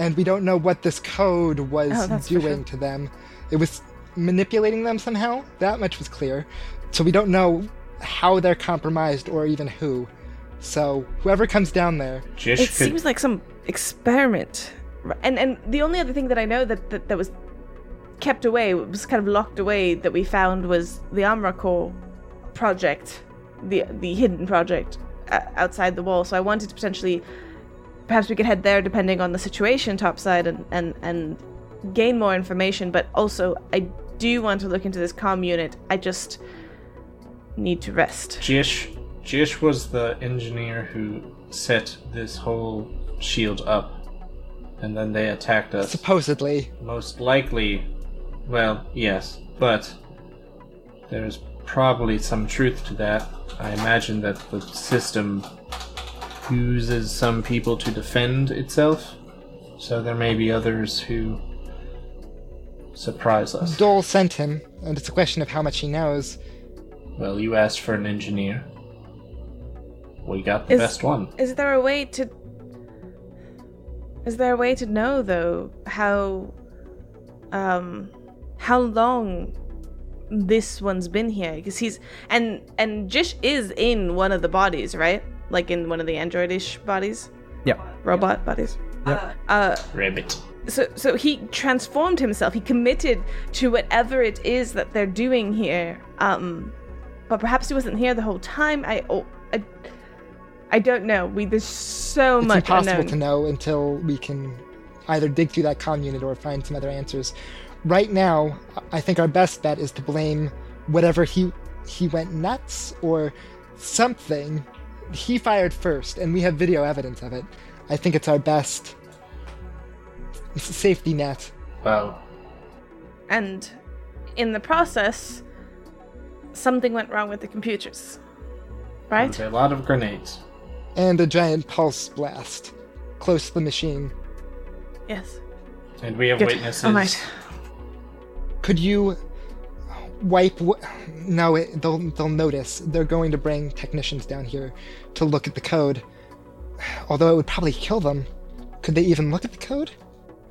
S6: And we don't know what this code was
S4: Oh, that's for
S6: doing to them. It was manipulating them somehow. That much was clear. So we don't know how they're compromised or even who. So whoever comes down there,
S2: Jish
S4: It
S2: could
S4: seems like some experiment. R- And and the only other thing that I know that that, that was kept away was kind of locked away that we found was the Amrakor project, the the hidden project uh, outside the wall. So I wanted to potentially perhaps we could head there depending on the situation topside and and and gain more information, but also I do want to look into this comm unit. I just need to rest.
S2: Jish Jish was the engineer who set this whole shield up. And then they attacked us.
S6: supposedly,
S2: Most likely well, yes, but there's probably some truth to that. I imagine that the system uses some people to defend itself. So there may be others who surprise us.
S6: Dole sent him, and it's a question of how much he knows.
S2: Well, you asked for an engineer. We got the
S4: Is-
S2: best one.
S4: Is there a way to Is there a way to know though how um how long this one's been here because he's and and Jish is in one of the bodies, right? Like in one of the androidish bodies,
S1: Yep.
S4: robot bodies.
S2: Ribbit.
S4: So so he transformed himself. He committed to whatever it is that they're doing here. Um but perhaps he wasn't here the whole time. I oh, I, I don't know. We there's so
S6: It's
S4: much
S6: impossible
S4: unknown.
S6: to know until we can either dig through that comm unit or find some other answers. Right now, I think our best bet is to blame whatever he he went nuts or something he fired first, and we have video evidence of it. I think it's our best s- safety net.
S2: Wow.
S4: And in the process, something went wrong with the computers. Right?
S2: A lot of grenades.
S6: And a giant pulse blast close to the machine.
S4: Yes.
S2: And we have
S4: Good.
S2: witnesses.
S4: All right.
S6: Could you wipe? W- no, it, they'll they'll notice. They're going to bring technicians down here to look at the code. Although it would probably kill them. Could they even look at the code?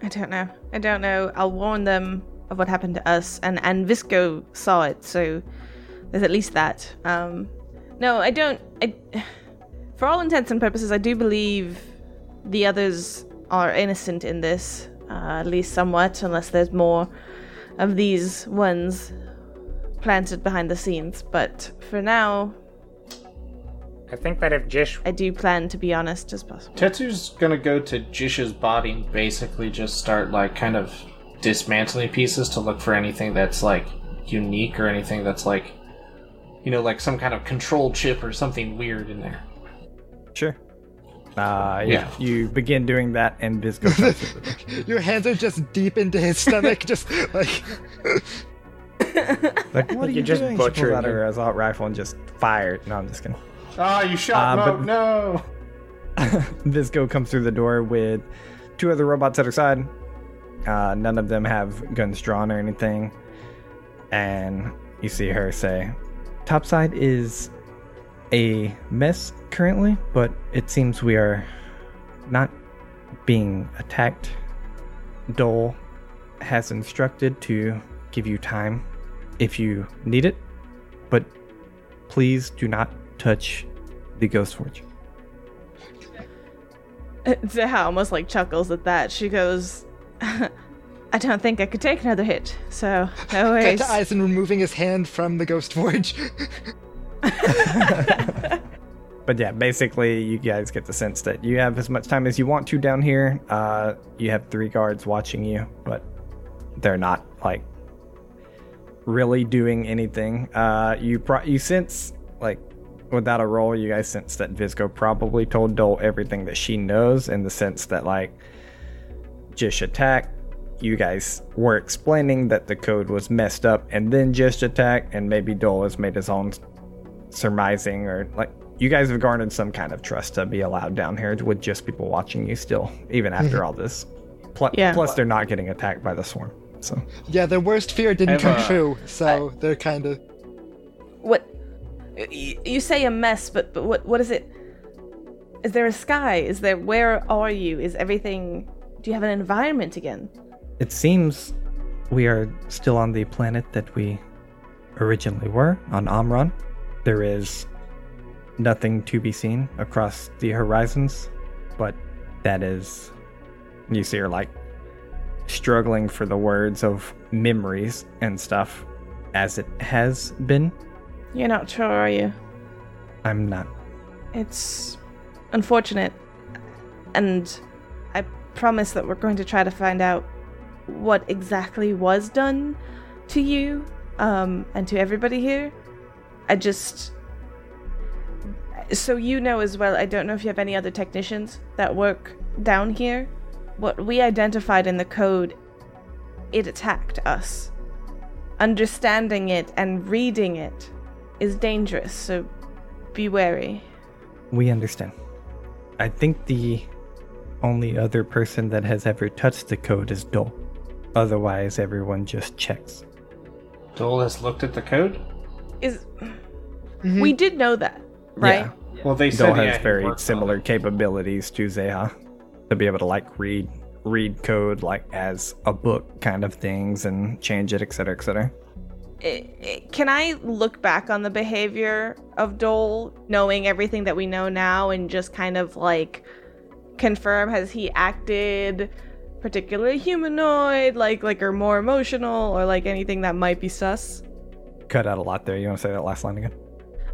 S4: I don't know. I don't know. I'll warn them of what happened to us, and and Visco saw it, so there's at least that. Um, no, I don't. I, for all intents and purposes, I do believe the others are innocent in this, uh, at least somewhat, unless there's more of these ones planted behind the scenes. But for now,
S5: I think that if Jish
S4: I do plan to be honest as possible.
S2: Tetsu's gonna go to Jish's body and basically just start like kind of dismantling pieces to look for anything that's like unique or anything that's like you know like some kind of control chip or something weird in there.
S1: Sure. Uh, you,
S2: Yeah.
S1: you begin doing that, and Biz goes.
S6: Your hands are just deep into his stomach, just like
S1: like, what are you,
S5: just
S1: doing? She
S5: butchered
S1: pulls out
S5: him.
S1: her assault rifle and just fired. No, I'm just kidding.
S2: Ah, you shot
S1: Uh,
S2: Mo!
S1: but-
S2: No.
S1: Visco comes through the door with two other robots at her side. Uh, none of them have guns drawn or anything. And you see her say, Topside is a mess currently, but it seems we are not being attacked. Dole has instructed to give you time if you need it, but please do not touch the Ghost Forge.
S4: Zaha almost like chuckles at that. She goes, I don't think I could take another hit, so no
S6: cut
S4: worries.
S6: to Eisen removing his hand from the ghost forge.
S1: but yeah, basically, you guys get the sense that you have as much time as you want to down here. Uh, you have three guards watching you, but they're not like really doing anything. Uh, you pro- you sense like without a roll, you guys sense that Visco probably told Dole everything that she knows in the sense that like Jish attack. You guys were explaining that the code was messed up, and then Jish attack, and maybe Dole has made his own surmising or like you guys have garnered some kind of trust to be allowed down here with just people watching you still even after all this Pl-
S4: Yeah.
S1: plus they're not getting attacked by the swarm so
S6: yeah, their worst fear didn't
S2: I've,
S6: come
S2: uh,
S6: true, so they're kind of.
S4: what? y- You say a mess, but, but what, what is it? Is there a sky? Is there. Where are you? Is everything. Do you have an environment again?
S1: it seems we are still on the planet that we originally were on Amron. There is nothing to be seen across the horizons, but that is. You see her like struggling for the words of memories and stuff as it has been.
S4: You're not sure, are you?
S1: I'm not.
S4: It's unfortunate. And I promise that we're going to try to find out what exactly was done to you um, and to everybody here. I just. So you know as well, I don't know if you have any other technicians that work down here. What we identified in the code, it attacked us. Understanding it and reading it is dangerous, so be wary.
S1: We understand. I think the only other person that has ever touched the code is Dole. Otherwise, everyone just checks.
S2: Dole has looked at the code.
S4: is we did know that right
S1: Yeah.
S2: Well, they
S1: Dole
S2: said yeah,
S1: has
S2: he
S1: very
S2: worked on
S1: similar
S2: it.
S1: capabilities to Zeha to be able to like read read code like as a book kind of things and change it, etc., etc.
S4: I- I- can i look back on the behavior of dole knowing everything that we know now and just kind of like confirm has he acted particularly humanoid like like or more emotional or like anything that might be sus
S1: Cut out a lot there. You want to say that last line again?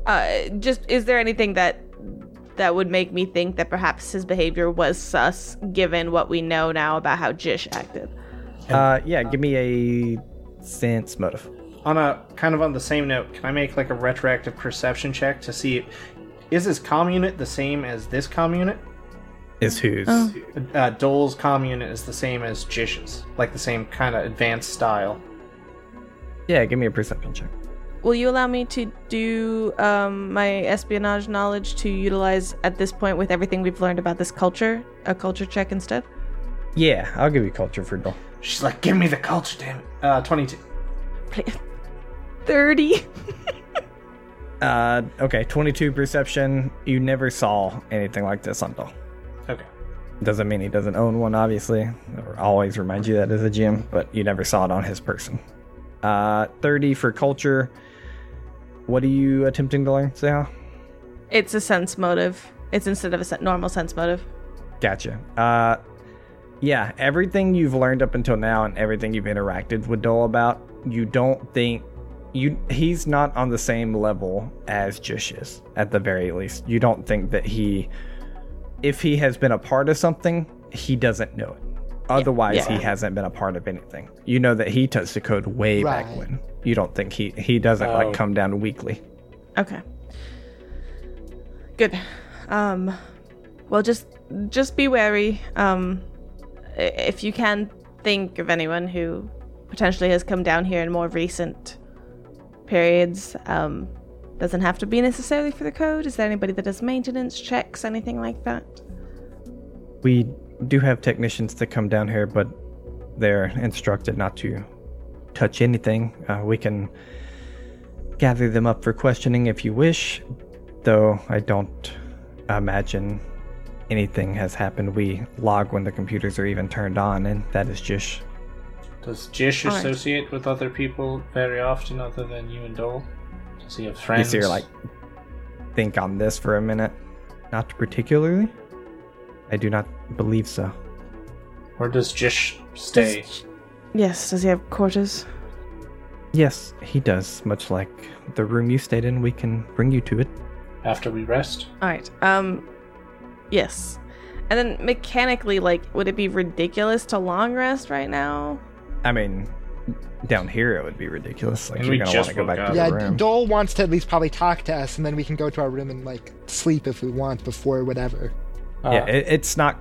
S4: uh just is there anything that that would make me think that perhaps his behavior was sus given what we know now about how jish acted
S1: Uh, yeah. Give me a sense motive.
S2: On a kind of on the same note, can I make like a retroactive perception check to see Is his comm unit the same as this comm unit?
S1: Is whose?
S2: Uh, Dole's comm unit is the same as Jish's, like the same kind of advanced style.
S1: Yeah, give me a perception check.
S4: Will you allow me to do um, my espionage knowledge to utilize at this point with everything we've learned about this culture? A culture check instead?
S1: Yeah, I'll give you culture for Dole.
S2: She's like, give me the culture, damn it. Uh, 22.
S4: Pla- 30.
S1: Uh, okay, 22 perception. You never saw anything like this on Dole.
S2: Okay.
S1: Doesn't mean he doesn't own one, obviously. I always remind you that as a GM, but you never saw it on his person. Uh, 30 for culture. What are you attempting to learn, Sal?
S4: It's a sense motive. It's instead of a sen- normal sense motive.
S1: Gotcha. Uh, yeah, everything you've learned up until now and everything you've interacted with Dole about, you don't think you he's not on the same level as Jish is, at the very least. You don't think that he if he has been a part of something, he doesn't know it. Otherwise, he hasn't been a part of anything. You know that he touched the code way back
S6: Right.
S1: when. You don't think he he doesn't
S5: Oh.
S1: like come down weekly.
S4: Okay. Good. Um, well, just just be wary. Um, i- if you can think of anyone who potentially has come down here in more recent periods, um, doesn't have to be necessarily for the code. Is there anybody that does maintenance checks, anything like that?
S1: We do have technicians that come down here, but they're instructed not to touch anything. Uh, we can gather them up for questioning if you wish, though I don't imagine anything has happened. We log when the computers are even turned on, and that is just.
S2: Does Jish
S4: All right.
S2: associate with other people very often other than you and Dole? Does he have
S1: You
S2: friends?
S1: see her like think on this for a minute. Not particularly. I do not believe so.
S2: Or does Jish stay?
S4: Yes. Does he have quarters?
S1: Yes, he does. Much like the room you stayed in, we can bring you to it.
S2: after we rest.
S4: All right. Um, yes. And then mechanically, like, would it be ridiculous to long rest right now?
S1: I mean, down here it would be ridiculous. Like
S2: And
S1: you're
S2: we
S1: gonna want
S2: just
S1: to go
S2: woke
S1: back to
S2: up.
S1: the
S2: Yeah,
S1: room.
S6: Dole wants to at least probably talk to us, and then we can go to our room and like sleep if we want before whatever.
S1: yeah, it, it's not.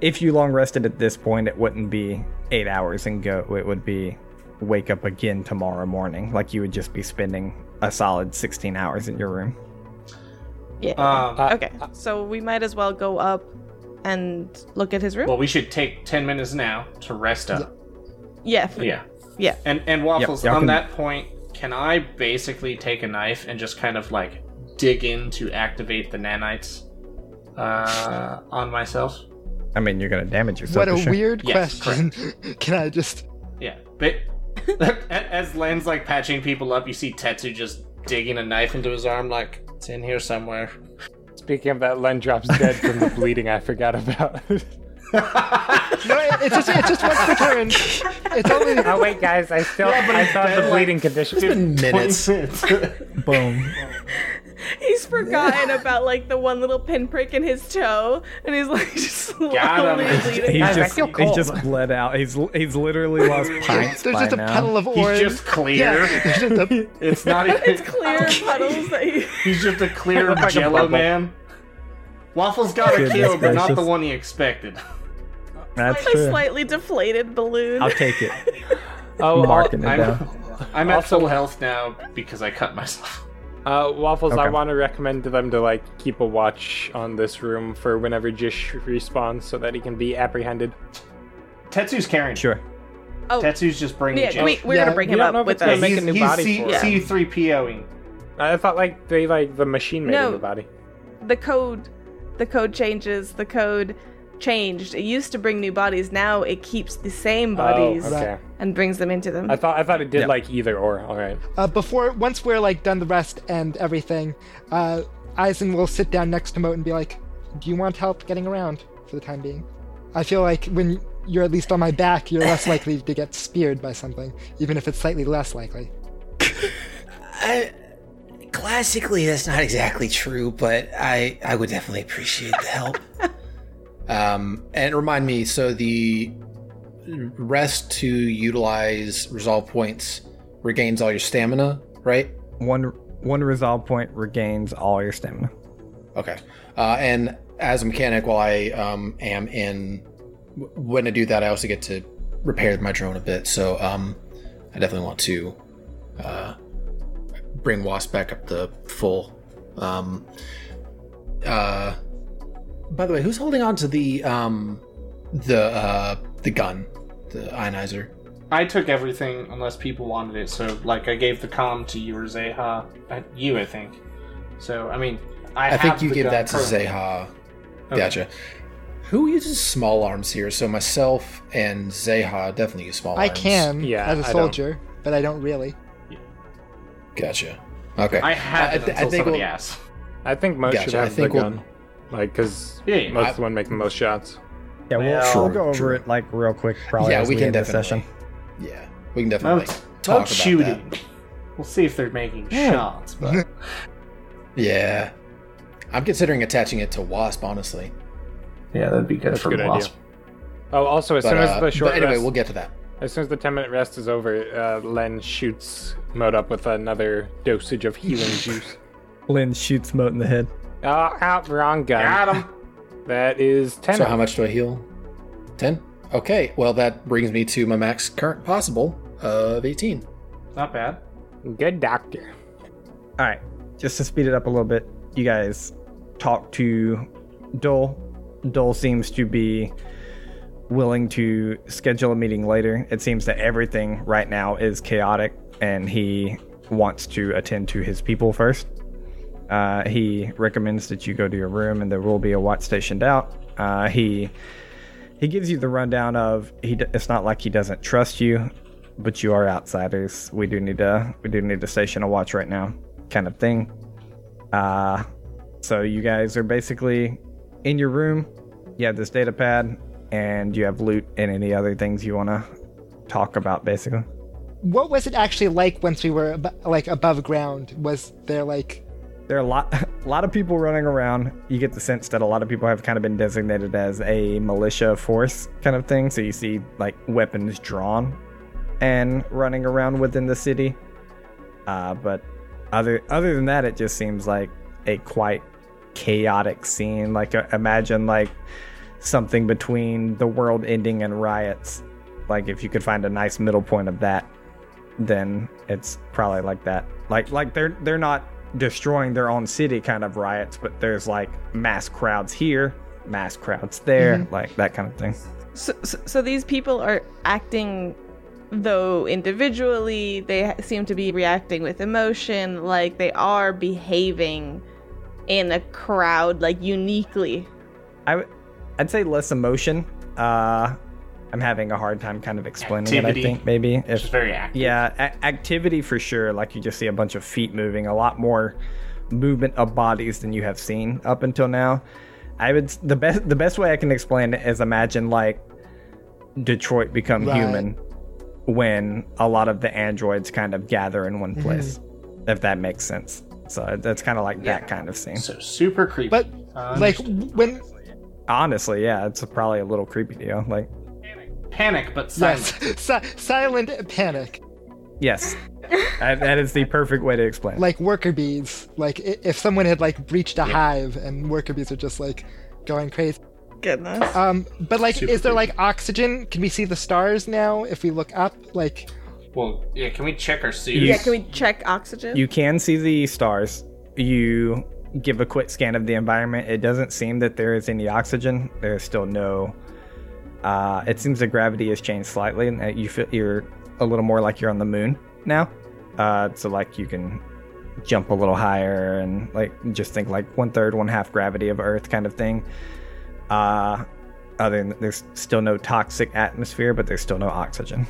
S1: If you long rested at this point, it wouldn't be eight hours and go. It would be wake up again tomorrow morning. Like you would just be spending a solid 16 hours in your room.
S4: Yeah.
S2: Um,
S4: Okay, so we might as well go up and look at his room.
S2: well, we should take 10 minutes now to rest up.
S4: yeah, f-
S2: Yeah.
S4: yeah.
S2: And and Waffles,
S1: y'all
S2: on
S1: can-
S2: that point, can I basically take a knife and just kind of like dig in to activate the nanites uh, on myself?
S1: I mean, you're gonna damage yourself.
S6: what
S1: for
S6: a
S1: sure.
S6: weird
S2: Yes,
S6: question. can I just?
S2: Yeah. But as Len's like patching people up, you see Tetsu just digging a knife into his arm, like it's in here somewhere.
S5: Speaking of that, Len drops dead from the bleeding I forgot about.
S6: No, it- it's just it's just once per turn. It's only
S7: Oh wait, guys, I still I saw the bleeding condition.
S3: Minutes.
S1: Boom.
S4: He's forgotten about like the one little pinprick in his toe, and he's like just
S2: Got
S4: slowly
S2: him.
S4: bleeding.
S1: He's
S7: Guys, I
S1: just
S7: feel
S1: he's
S7: cold.
S1: just bled out. He's he's literally lost pints
S6: there's just
S1: by
S6: a
S1: now.
S6: petal of
S2: He's
S6: orange.
S2: just clear.
S6: yeah, there's just a-
S2: It's not even
S4: Clear puddles that he.
S2: He's just a clear jello man. Waffles got a
S1: Goodness
S2: kill, but not the
S1: gracious.
S2: one he expected.
S1: That's
S4: like a
S1: true.
S4: slightly deflated balloon.
S1: I'll take it.
S5: oh,
S1: I'm
S5: al-
S1: marking it
S2: I'm,
S1: down.
S2: I'm at full health now because I cut myself.
S5: uh, waffles. I
S1: Okay.
S5: want to recommend to them to like keep a watch on this room for whenever Jish respawns, so that he can be apprehended.
S2: Tetsu's carrying.
S1: Sure.
S4: oh,
S2: Tetsu's just bringing.
S4: yeah, we,
S2: Jill.
S4: we're
S6: Yeah,
S4: gonna bring
S6: we
S4: him
S5: don't know
S4: up
S5: if
S4: with
S5: it's gonna
S4: us.
S5: make a new body for
S2: he's
S5: him.
S2: C three POing.
S5: I thought like they like the machine made
S4: No.
S5: him the body.
S4: the code, the code changes. The code changed. It used to bring new bodies. Now it keeps the same bodies
S5: Oh, okay.
S4: and brings them into them.
S5: I thought I thought it did like either or. All right.
S6: uh, before once we're like done the rest and everything, uh, Eisen will sit down next to Moat and be like, "Do you want help getting around for the time being?" I feel like when you're at least on my back, you're less likely to get speared by something, even if it's slightly less likely.
S8: I, classically, that's not exactly true, but I I would definitely appreciate the help.
S3: Um, and remind me, so the rest to utilize resolve points regains all your stamina, right?
S1: One one resolve point regains all your stamina.
S3: Okay. Uh, and as a mechanic, while I um, am in, w- when I do that, I also get to repair my drone a bit. So um, I definitely want to uh, bring Wasp back up to full. Um, uh, by the way, who's holding on to the um, the uh, the gun, the ionizer?
S2: I took everything unless people wanted it. So, like, I gave the com to you or Zeha. Uh, you, I think. So, I mean, I,
S3: I think
S2: have
S3: you
S2: the
S3: give
S2: gun
S3: that to
S2: currently.
S3: Zeha.
S2: Okay.
S3: Gotcha. Who uses small arms here? So myself and Zeha definitely use
S1: Oh,
S3: small
S6: I
S3: arms.
S6: can
S5: Yeah,
S6: as
S5: I
S6: a
S5: don't-
S6: soldier, but I don't really.
S3: Gotcha. Okay.
S2: I have
S3: I
S2: it
S3: thi- I
S2: until
S3: think
S2: somebody
S3: we'll-
S2: asks.
S5: I think most should
S3: Gotcha, I
S5: have the
S3: think we'll-
S5: gun, like because
S2: Yeah, yeah.
S5: most
S3: I-
S5: of the one making the most shots.
S1: Yeah, we'll,
S2: Well,
S1: we'll go over
S3: true.
S1: it like real quick. Probably
S3: yeah,
S1: as
S3: we can
S1: end the
S3: definitely.
S1: session.
S3: Yeah, we can
S2: About-
S3: definitely like, talk
S2: about
S3: about
S2: shooting.
S3: that.
S2: We'll see if they're making shots. But
S3: Yeah, I'm considering attaching it to Wasp. Honestly,
S2: yeah, that'd be good
S5: That's a good idea. Oh, also, as
S3: but,
S5: soon as
S3: uh,
S5: the short
S3: but anyway,
S5: rest,
S3: we'll get to that.
S5: as soon as the ten minute rest is over, uh, Len shoots Mode up with another dosage of healing juice.
S1: Lynn shoots Moat in the head.
S5: Oh, out wrong gun.
S2: Got him.
S5: That is ten.
S3: So how much do I heal? Ten. Okay. Well, that brings me to my max current possible of 18.
S2: Not bad.
S5: Good doctor.
S1: All right, just to speed it up a little bit, you guys talk to Dole. Dole seems to be willing to schedule a meeting later. It seems that everything right now is chaotic, and he wants to attend to his people first. Uh, he recommends that you go to your room, and there will be a watch stationed out. Uh, he he gives you the rundown of he. d- It's not like he doesn't trust you, but you are outsiders. We do need to we do need to station a watch right now, kind of thing. Uh, so you guys are basically in your room. You have this data pad, and you have loot and any other things you want to talk about, basically.
S6: What was it actually like once we were ab- like above ground? Was there like
S1: there are a lot a lot of people running around. You get the sense that a lot of people have kind of been designated as a militia force kind of thing. So you see like weapons drawn and running around within the city. Uh, but other other than that, it just seems like a quite chaotic scene. Like uh, imagine like something between the world ending and riots. Like if you could find a nice middle point of that, then it's probably like that. Like like they're they're not destroying their own city kind of riots, but there's like mass crowds here, mass crowds there, like that kind of thing.
S4: So, so, so these people are acting, though individually, they ha- seem to be reacting with emotion, like they are behaving in a crowd, like uniquely.
S1: I w- I'd say less emotion. Uh I'm having a hard time kind of explaining
S2: Activity.
S1: it, I think maybe. If,
S2: Just very active.
S1: Yeah, a- activity for sure. Like you just see a bunch of feet moving, a lot more movement of bodies than you have seen up until now. I would s- the best the best way I can explain it is imagine like Detroit become
S6: Right.
S1: human when a lot of the androids kind of gather in one place, if that makes sense. So that's kind of like that kind of scene.
S2: So super creepy.
S6: but
S2: Uh,
S6: like when
S1: Honestly, yeah, it's probably a little creepy deal. Like,
S2: panic, but silence.
S6: yes, si- silent panic,
S1: yes, that that is the perfect way to explain. it.
S6: like worker bees. Like i- if someone had like breached a hive and worker bees are just like going crazy.
S4: Goodness.
S6: Um, but like,
S2: Super
S6: is there
S2: creepy.
S6: like oxygen? Can we see the stars now if we look up? Like,
S2: Well, yeah. Can we check our suits?
S1: You-
S4: Yeah, can we check oxygen?
S1: You can see the stars. You give a quick scan of the environment. It doesn't seem that there is any oxygen. There's still no. Uh, it seems the gravity has changed slightly, and that you feel you're a little more like you're on the moon now. Uh, so like you can jump a little higher and like just think like one third, one half gravity of Earth kind of thing. Uh, other than there's still no toxic atmosphere, but there's still no oxygen.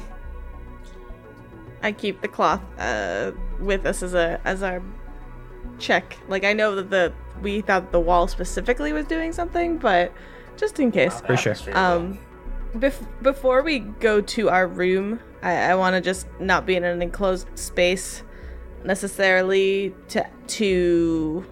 S4: I keep the cloth uh, with us as a as our check. Like I know that the we thought the wall specifically was doing something, but just in case.
S1: For sure.
S4: Um, bef- before we go to our room, I, I want to just not be in an enclosed space necessarily to to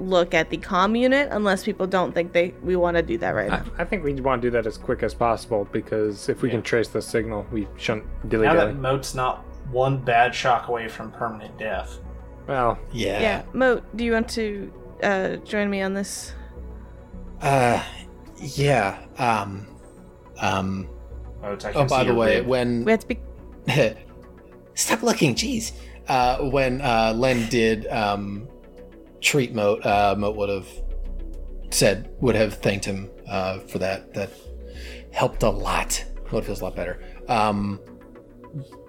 S4: look at the comm unit unless people don't think they we want to do that right now.
S5: I think we want to do that as quick as possible because if we can trace the signal, we shouldn't dilly
S2: Now that
S5: dally.
S2: Moat's not one bad shock away from permanent death.
S5: Well,
S4: Yeah. Moat, do you want to uh, join me on this?
S3: Uh, yeah. Um, um.
S2: Oh, it's- I
S3: Oh,
S2: can
S3: by
S2: see
S3: the
S2: your
S3: way,
S2: rib.
S3: when
S4: We have to be.
S3: Stop looking, jeez. Uh, when uh, Len did um, treat Moat, uh, Moat would have said, would have thanked him uh, for that. That helped a lot. Moat feels a lot better. Um,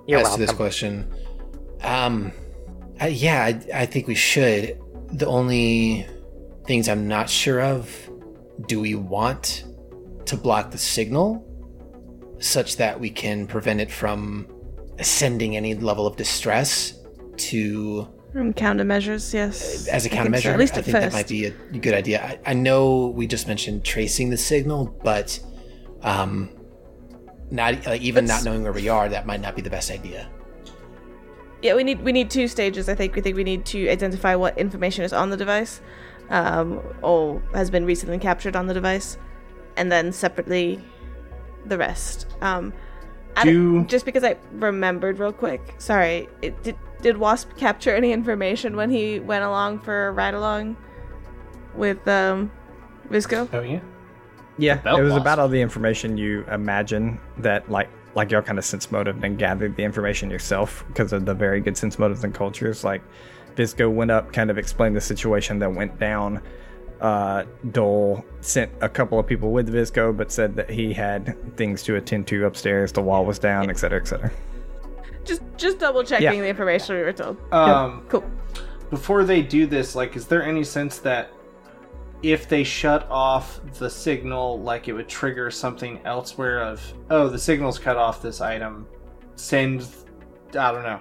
S5: You're
S3: as
S5: welcome.
S3: to this question, um, I, yeah, I, I think we should. The only things I'm not sure of: do we want to block the signal such that we can prevent it from ascending any level of distress to
S4: From countermeasures, yes.
S3: as a
S4: I think so.
S3: countermeasure.
S4: At least
S3: I
S4: at
S3: think that
S4: first.
S3: might be a good idea. I, I know we just mentioned tracing the signal, but um, not like even
S4: Let's-
S3: not knowing where we are, that might not be the best idea.
S4: Yeah, we need we need two stages. I think we think we need to identify what information is on the device, um, or has been recently captured on the device, and then separately, the rest. Um, I
S2: Do-
S4: don't- just because I remembered real quick. Sorry, it, did did Wasp capture any information when he went along for a ride along with um, Visco?
S2: Oh yeah.
S1: Yeah,
S2: belt
S1: it was
S2: wasp.
S1: about all the information you imagine that like like y'all kind of sense motive and gathered the information yourself because of the very good sense motives and cultures. Like Visco went up, kind of explained the situation that went down. Uh, Dole sent a couple of people with Visco, but said that he had things to attend to upstairs. The wall was down, et cetera, et cetera.
S4: Just just double checking
S1: Yeah.
S4: the information we were told.
S2: Um,
S4: Cool.
S2: before they do this, like, is there any sense that if they shut off the signal, like it would trigger something elsewhere? Of oh, the signal's cut off. This item send, I don't know,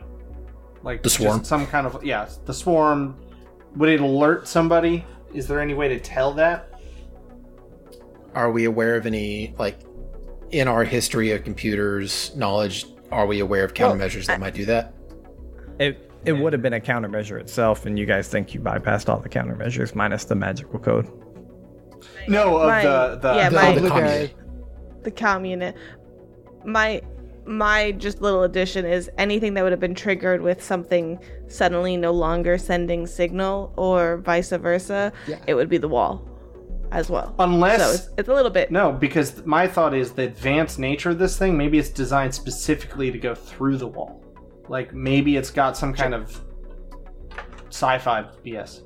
S2: like
S3: The
S2: just
S3: swarm?
S2: some kind of yeah, the swarm. Would it alert somebody? Is there any way to tell that?
S3: Are we aware of any like in our history of computers knowledge? Are we aware of countermeasures that might do that?
S1: It it would have been a countermeasure itself, and you guys think you bypassed all the countermeasures minus the magical code.
S2: No, of
S4: My-
S2: the the
S4: yeah,
S2: the-
S4: my-
S3: Oh, the
S6: Blueberry.
S3: communist.
S4: the communist. My my just little addition is anything that would have been triggered with something suddenly no longer sending signal or vice versa,
S6: Yeah.
S4: it would be the wall as well.
S2: Unless-
S4: so it's, it's a little bit
S2: No, because my thought is the advanced nature of this thing, maybe it's designed specifically to go through the wall. Like maybe it's got some kind of sci-fi BS.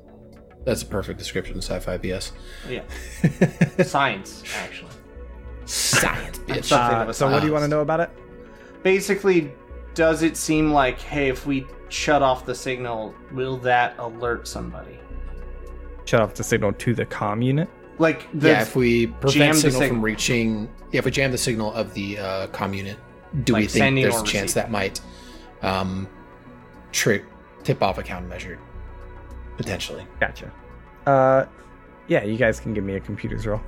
S3: That's a perfect description of sci-fi BS.
S2: Yeah. Science, actually.
S3: Science, bitch.
S2: Something of
S1: Uh,
S2: a
S1: so what do you
S2: science.
S1: want to know about it?
S2: Basically, does it seem like, hey, if we shut off the signal, will that alert somebody?
S1: Shut off the signal to the comm unit.
S2: Like the
S3: yeah, if we
S2: jam
S3: prevent
S2: the
S3: signal
S2: signal.
S3: from reaching, yeah, if we jam the signal of the uh, comm unit, do we
S2: Like
S3: think
S2: sending
S3: there's
S2: or
S3: a chance
S2: receiving.
S3: that might um, trip tip off a countermeasure potentially?
S1: Gotcha. Uh, yeah, you guys can give me a computer's roll.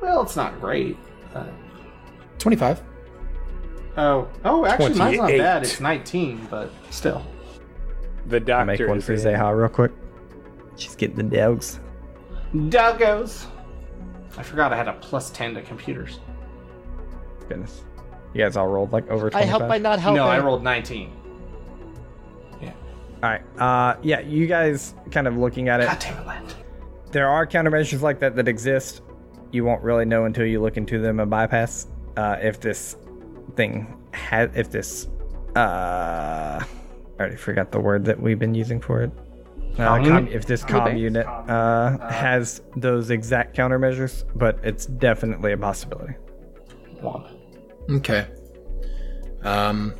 S2: well, it's not great. Uh,
S3: Twenty-five.
S2: oh, oh, actually, mine's not
S5: 28.
S2: bad. It's 19, but still.
S5: The
S1: I'll
S5: doctor
S1: make one
S5: is uh,
S1: for
S5: in.
S1: Zeha real quick. She's getting the dogs.
S2: Doggos. I forgot I had a plus 10 to computers.
S1: Goodness, you guys all rolled like over
S6: I
S1: twenty-five.
S6: help by not helping.
S2: No, I rolled 19.
S1: all right. Uh, yeah, you guys kind of looking at it.
S2: God damn it, Lent.
S1: there are countermeasures like that that exist. You won't really know until you look into them and bypass uh, if this thing has if this. Uh, I already forgot the word that we've been using for it. Uh,
S2: Comm
S1: com,
S2: unit?
S1: if this comm unit uh, has those exact countermeasures, but it's definitely a possibility.
S2: Womp.
S3: Okay. Um,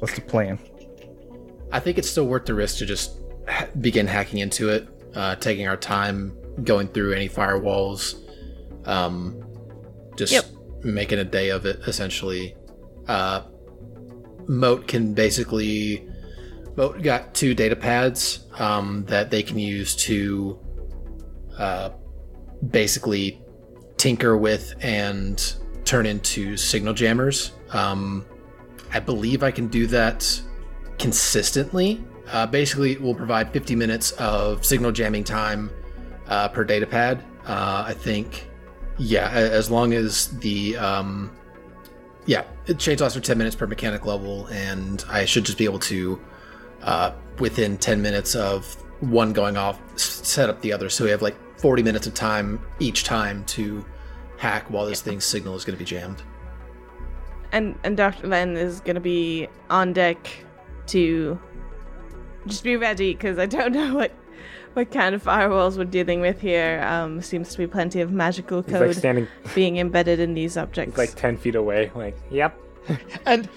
S1: What's the plan?
S3: I think it's still worth the risk to just ha- begin hacking into it, uh, taking our time, going through any firewalls, um, just
S4: Yep.
S3: making a day of it. Essentially, uh, Moat can basically Moat got two data pads um, that they can use to uh, basically tinker with and turn into signal jammers. Um, I believe I can do that consistently. Uh, basically, we'll provide 50 minutes of signal jamming time uh, per data pad. Uh, I think, yeah, a- as long as the, um, yeah, it change lasts for 10 minutes per mechanic level, and I should just be able to, uh, within 10 minutes of one going off, s- set up the other. So we have like 40 minutes of time each time to hack while this thing's signal is going to be jammed.
S4: and and Dr. Len is gonna be on deck to just be ready because I don't know what what kind of firewalls we're dealing with here. Um, seems to be plenty of magical
S5: He's like
S4: code
S5: standing
S4: being embedded in these objects.
S5: like ten feet away. Like, yep.
S6: And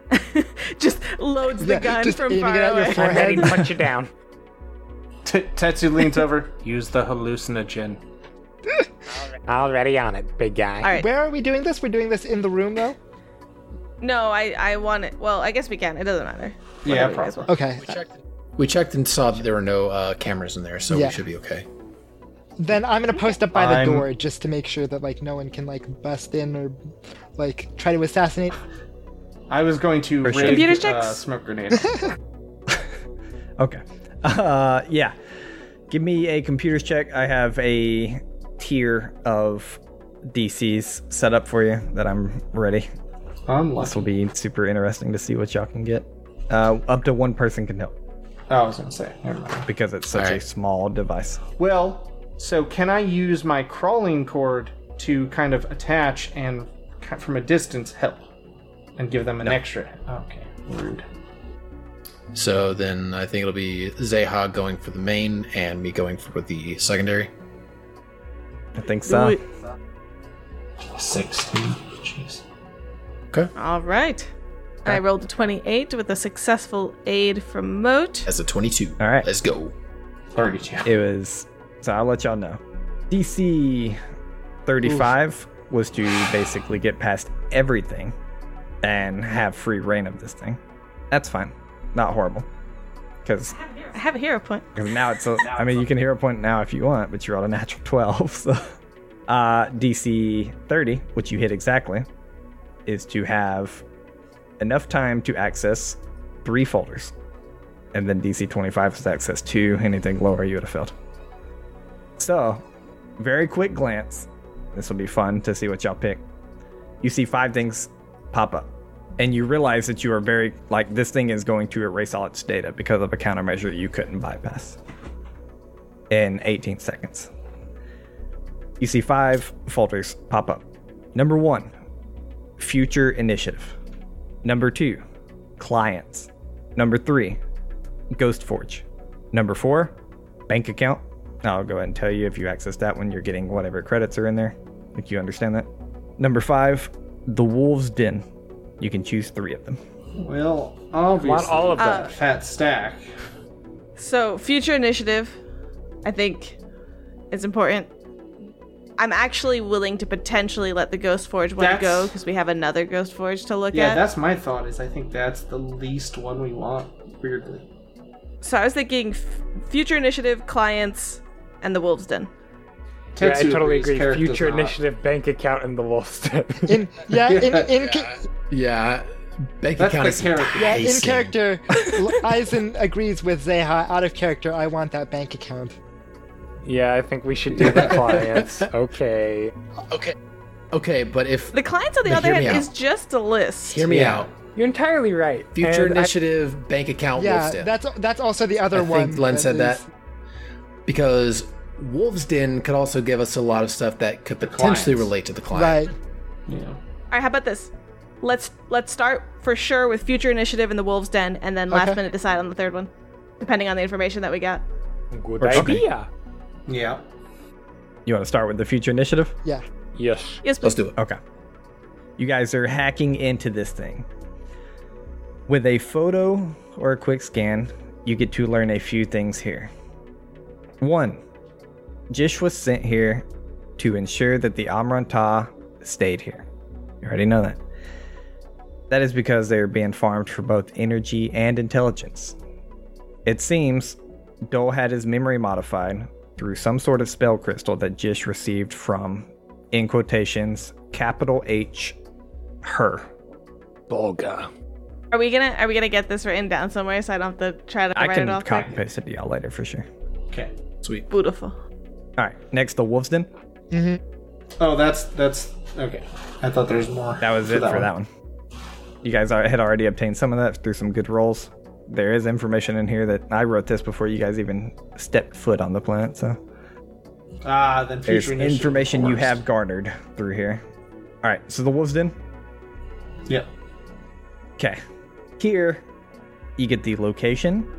S4: just loads the
S6: Yeah,
S4: gun
S6: just
S4: from
S6: aiming
S4: far
S6: it at your
S4: away.
S6: forehead.
S5: I'm ready to put you down.
S2: T- Tetsu leans over. Use the hallucinogen.
S5: Already on it, big guy.
S4: All right.
S6: where are we doing this? We're doing this in the room, though.
S4: No, I I want it. Well, I guess we can. It doesn't matter.
S2: Yeah,
S4: Whatever you guys
S2: probably.
S4: want.
S6: Okay.
S3: We checked and saw that there were no uh, cameras in there, so
S6: Yeah.
S3: we should be okay.
S6: Then I'm gonna post up by the
S2: I'm-
S6: door just to make sure that like no one can like bust in or like try to assassinate.
S2: I was going to rig,
S4: Computer
S2: uh,
S4: checks?
S2: smoke grenade.
S1: Okay. Uh, yeah. Give me a computers check. I have a tier of DCs set up for you that I'm ready. This
S2: Unless
S1: will be super interesting to see what y'all can get. Uh, up to one person can help
S2: Oh, I was gonna say. Never mind.
S1: because it's such a
S3: Alright.
S1: small device.
S2: Well, so can I use my crawling cord to kind of attach and ki- from a distance help and give them an extra? Okay, rude.
S3: So then I think it'll be Zeha going for the main and me going for the secondary.
S1: I think so.
S4: Wait.
S2: Sixteen. Jeez.
S4: All right. I rolled a 28 with a successful aid from Moat.
S3: That's a 22.
S1: All right.
S3: Let's go.
S2: Thirty-two.
S1: It was. So I'll let y'all know. DC 35 was to basically get past everything and have free reign of this thing. That's fine. Not horrible. Because
S4: I have a hero point.
S1: now it's a. I mean, you can hear a point now if you want, but you're on a natural 12. So. Uh, DC 30, which you hit exactly, is to have enough time to access three folders. And then DC 25 is access to anything lower you would have failed. So, very quick glance. This will be fun to see what y'all pick. You see five things pop up, and you realize that you are very like this thing is going to erase all its data because of a countermeasure you couldn't bypass in 18 seconds. You see five folders pop up. Number one, future initiative. Number two, clients. Number three, Ghost Forge. Number four, bank account. I'll go ahead and tell you if you access that one, you're getting whatever credits are in there. Like you understand that. Number five, the Wolves Den. You can choose three of them.
S2: Well, obviously,
S5: Want all of
S2: that fat stack.
S4: So, future initiative, I think, is important. I'm actually willing to potentially let the Ghost Forge one
S2: That's-
S4: go because we have another Ghost Forge to look
S2: Yeah,
S4: at.
S2: that's my thought. Is I think that's the least one we want. Weirdly,
S4: So, I was thinking f- future initiative, clients, and the Wolves Den.
S5: Yeah, I
S2: Tetsu
S5: totally
S2: agrees,
S5: agree.
S2: Carrick does
S5: Future
S2: not.
S5: initiative, bank account, and the wolf
S6: In yeah, in in, ca-
S3: Yeah. Bank
S2: That's
S3: account
S2: the
S3: is
S2: character.
S6: yeah, in
S3: pacing.
S6: character. L- Eisen agrees with Zeha. Out of character, I want that bank account.
S5: yeah, I think we should do the clients. Okay.
S3: Okay. Okay, but if
S4: The clients, on the
S3: Now, hear
S4: other hand,
S3: me out.
S4: is just a list.
S3: hear me
S2: Yeah.
S3: out.
S5: You're entirely right.
S3: Future
S5: And I-
S3: initiative, bank account,
S6: Yeah,
S3: Wolf's Den.
S6: that's that's also the other
S3: I
S6: one.
S3: think Len said
S6: is-
S3: that because Wolf's Den could also give us a lot of stuff that could potentially
S2: clients.
S3: relate to the client.
S6: Right.
S2: Yeah.
S4: All right, how about this? Let's let's start for sure with future initiative and the Wolves Den, and then last
S6: Okay.
S4: minute decide on the third one, depending on the information that we got.
S5: Good
S1: Okay.
S5: idea.
S2: Yeah.
S1: You want to start with the future initiative?
S6: Yeah.
S5: Yes.
S4: Yes, please.
S3: Let's do it.
S1: Okay. You guys are hacking into this thing. With a photo or a quick scan, you get to learn a few things here. One, Jish was sent here to ensure that the Amranta stayed here. You already know that. That is because they are being farmed for both energy and intelligence. It seems Dole had his memory modified through some sort of spell crystal that Jish received from, in quotations, capital H, her.
S5: Bolga.
S4: Are we gonna are we gonna get this written down somewhere so I don't have to try to
S1: I
S4: write
S1: can
S4: it off?
S1: copy
S4: quick?
S1: and paste it to y'all later for sure.
S2: Okay.
S3: Sweet.
S4: Beautiful.
S1: All right, next the Wolfsden.
S2: Oh, that's that's okay. I thought there's more.
S1: That was it for that one. You guys are, had already obtained some of that through some good rolls. there is information in here that I wrote this before you guys even stepped foot on the planet. So
S2: Ah, then
S1: there's
S2: future initiative,
S1: information
S2: of
S1: you
S2: course.
S1: have garnered through here. All right, so the wolves den.
S2: Yep.
S1: Okay. Here, you get the location,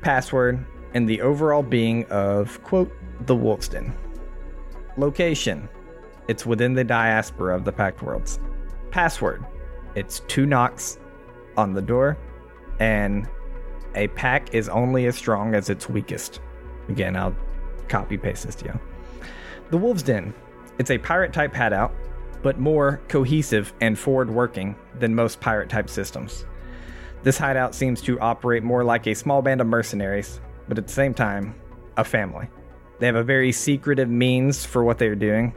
S1: password, and the overall being of, quote, the Wolfston. Location, it's within the diaspora of the Pact Worlds. Password, it's two knocks on the door, and a pack is only as strong as its weakest. Again, I'll copy paste this to you. The Wolf's Den. It's a pirate type hideout, but more cohesive and forward working than most pirate type systems. This hideout seems to operate more like a small band of mercenaries, but at the same time, a family. They have a very secretive means for what they're doing,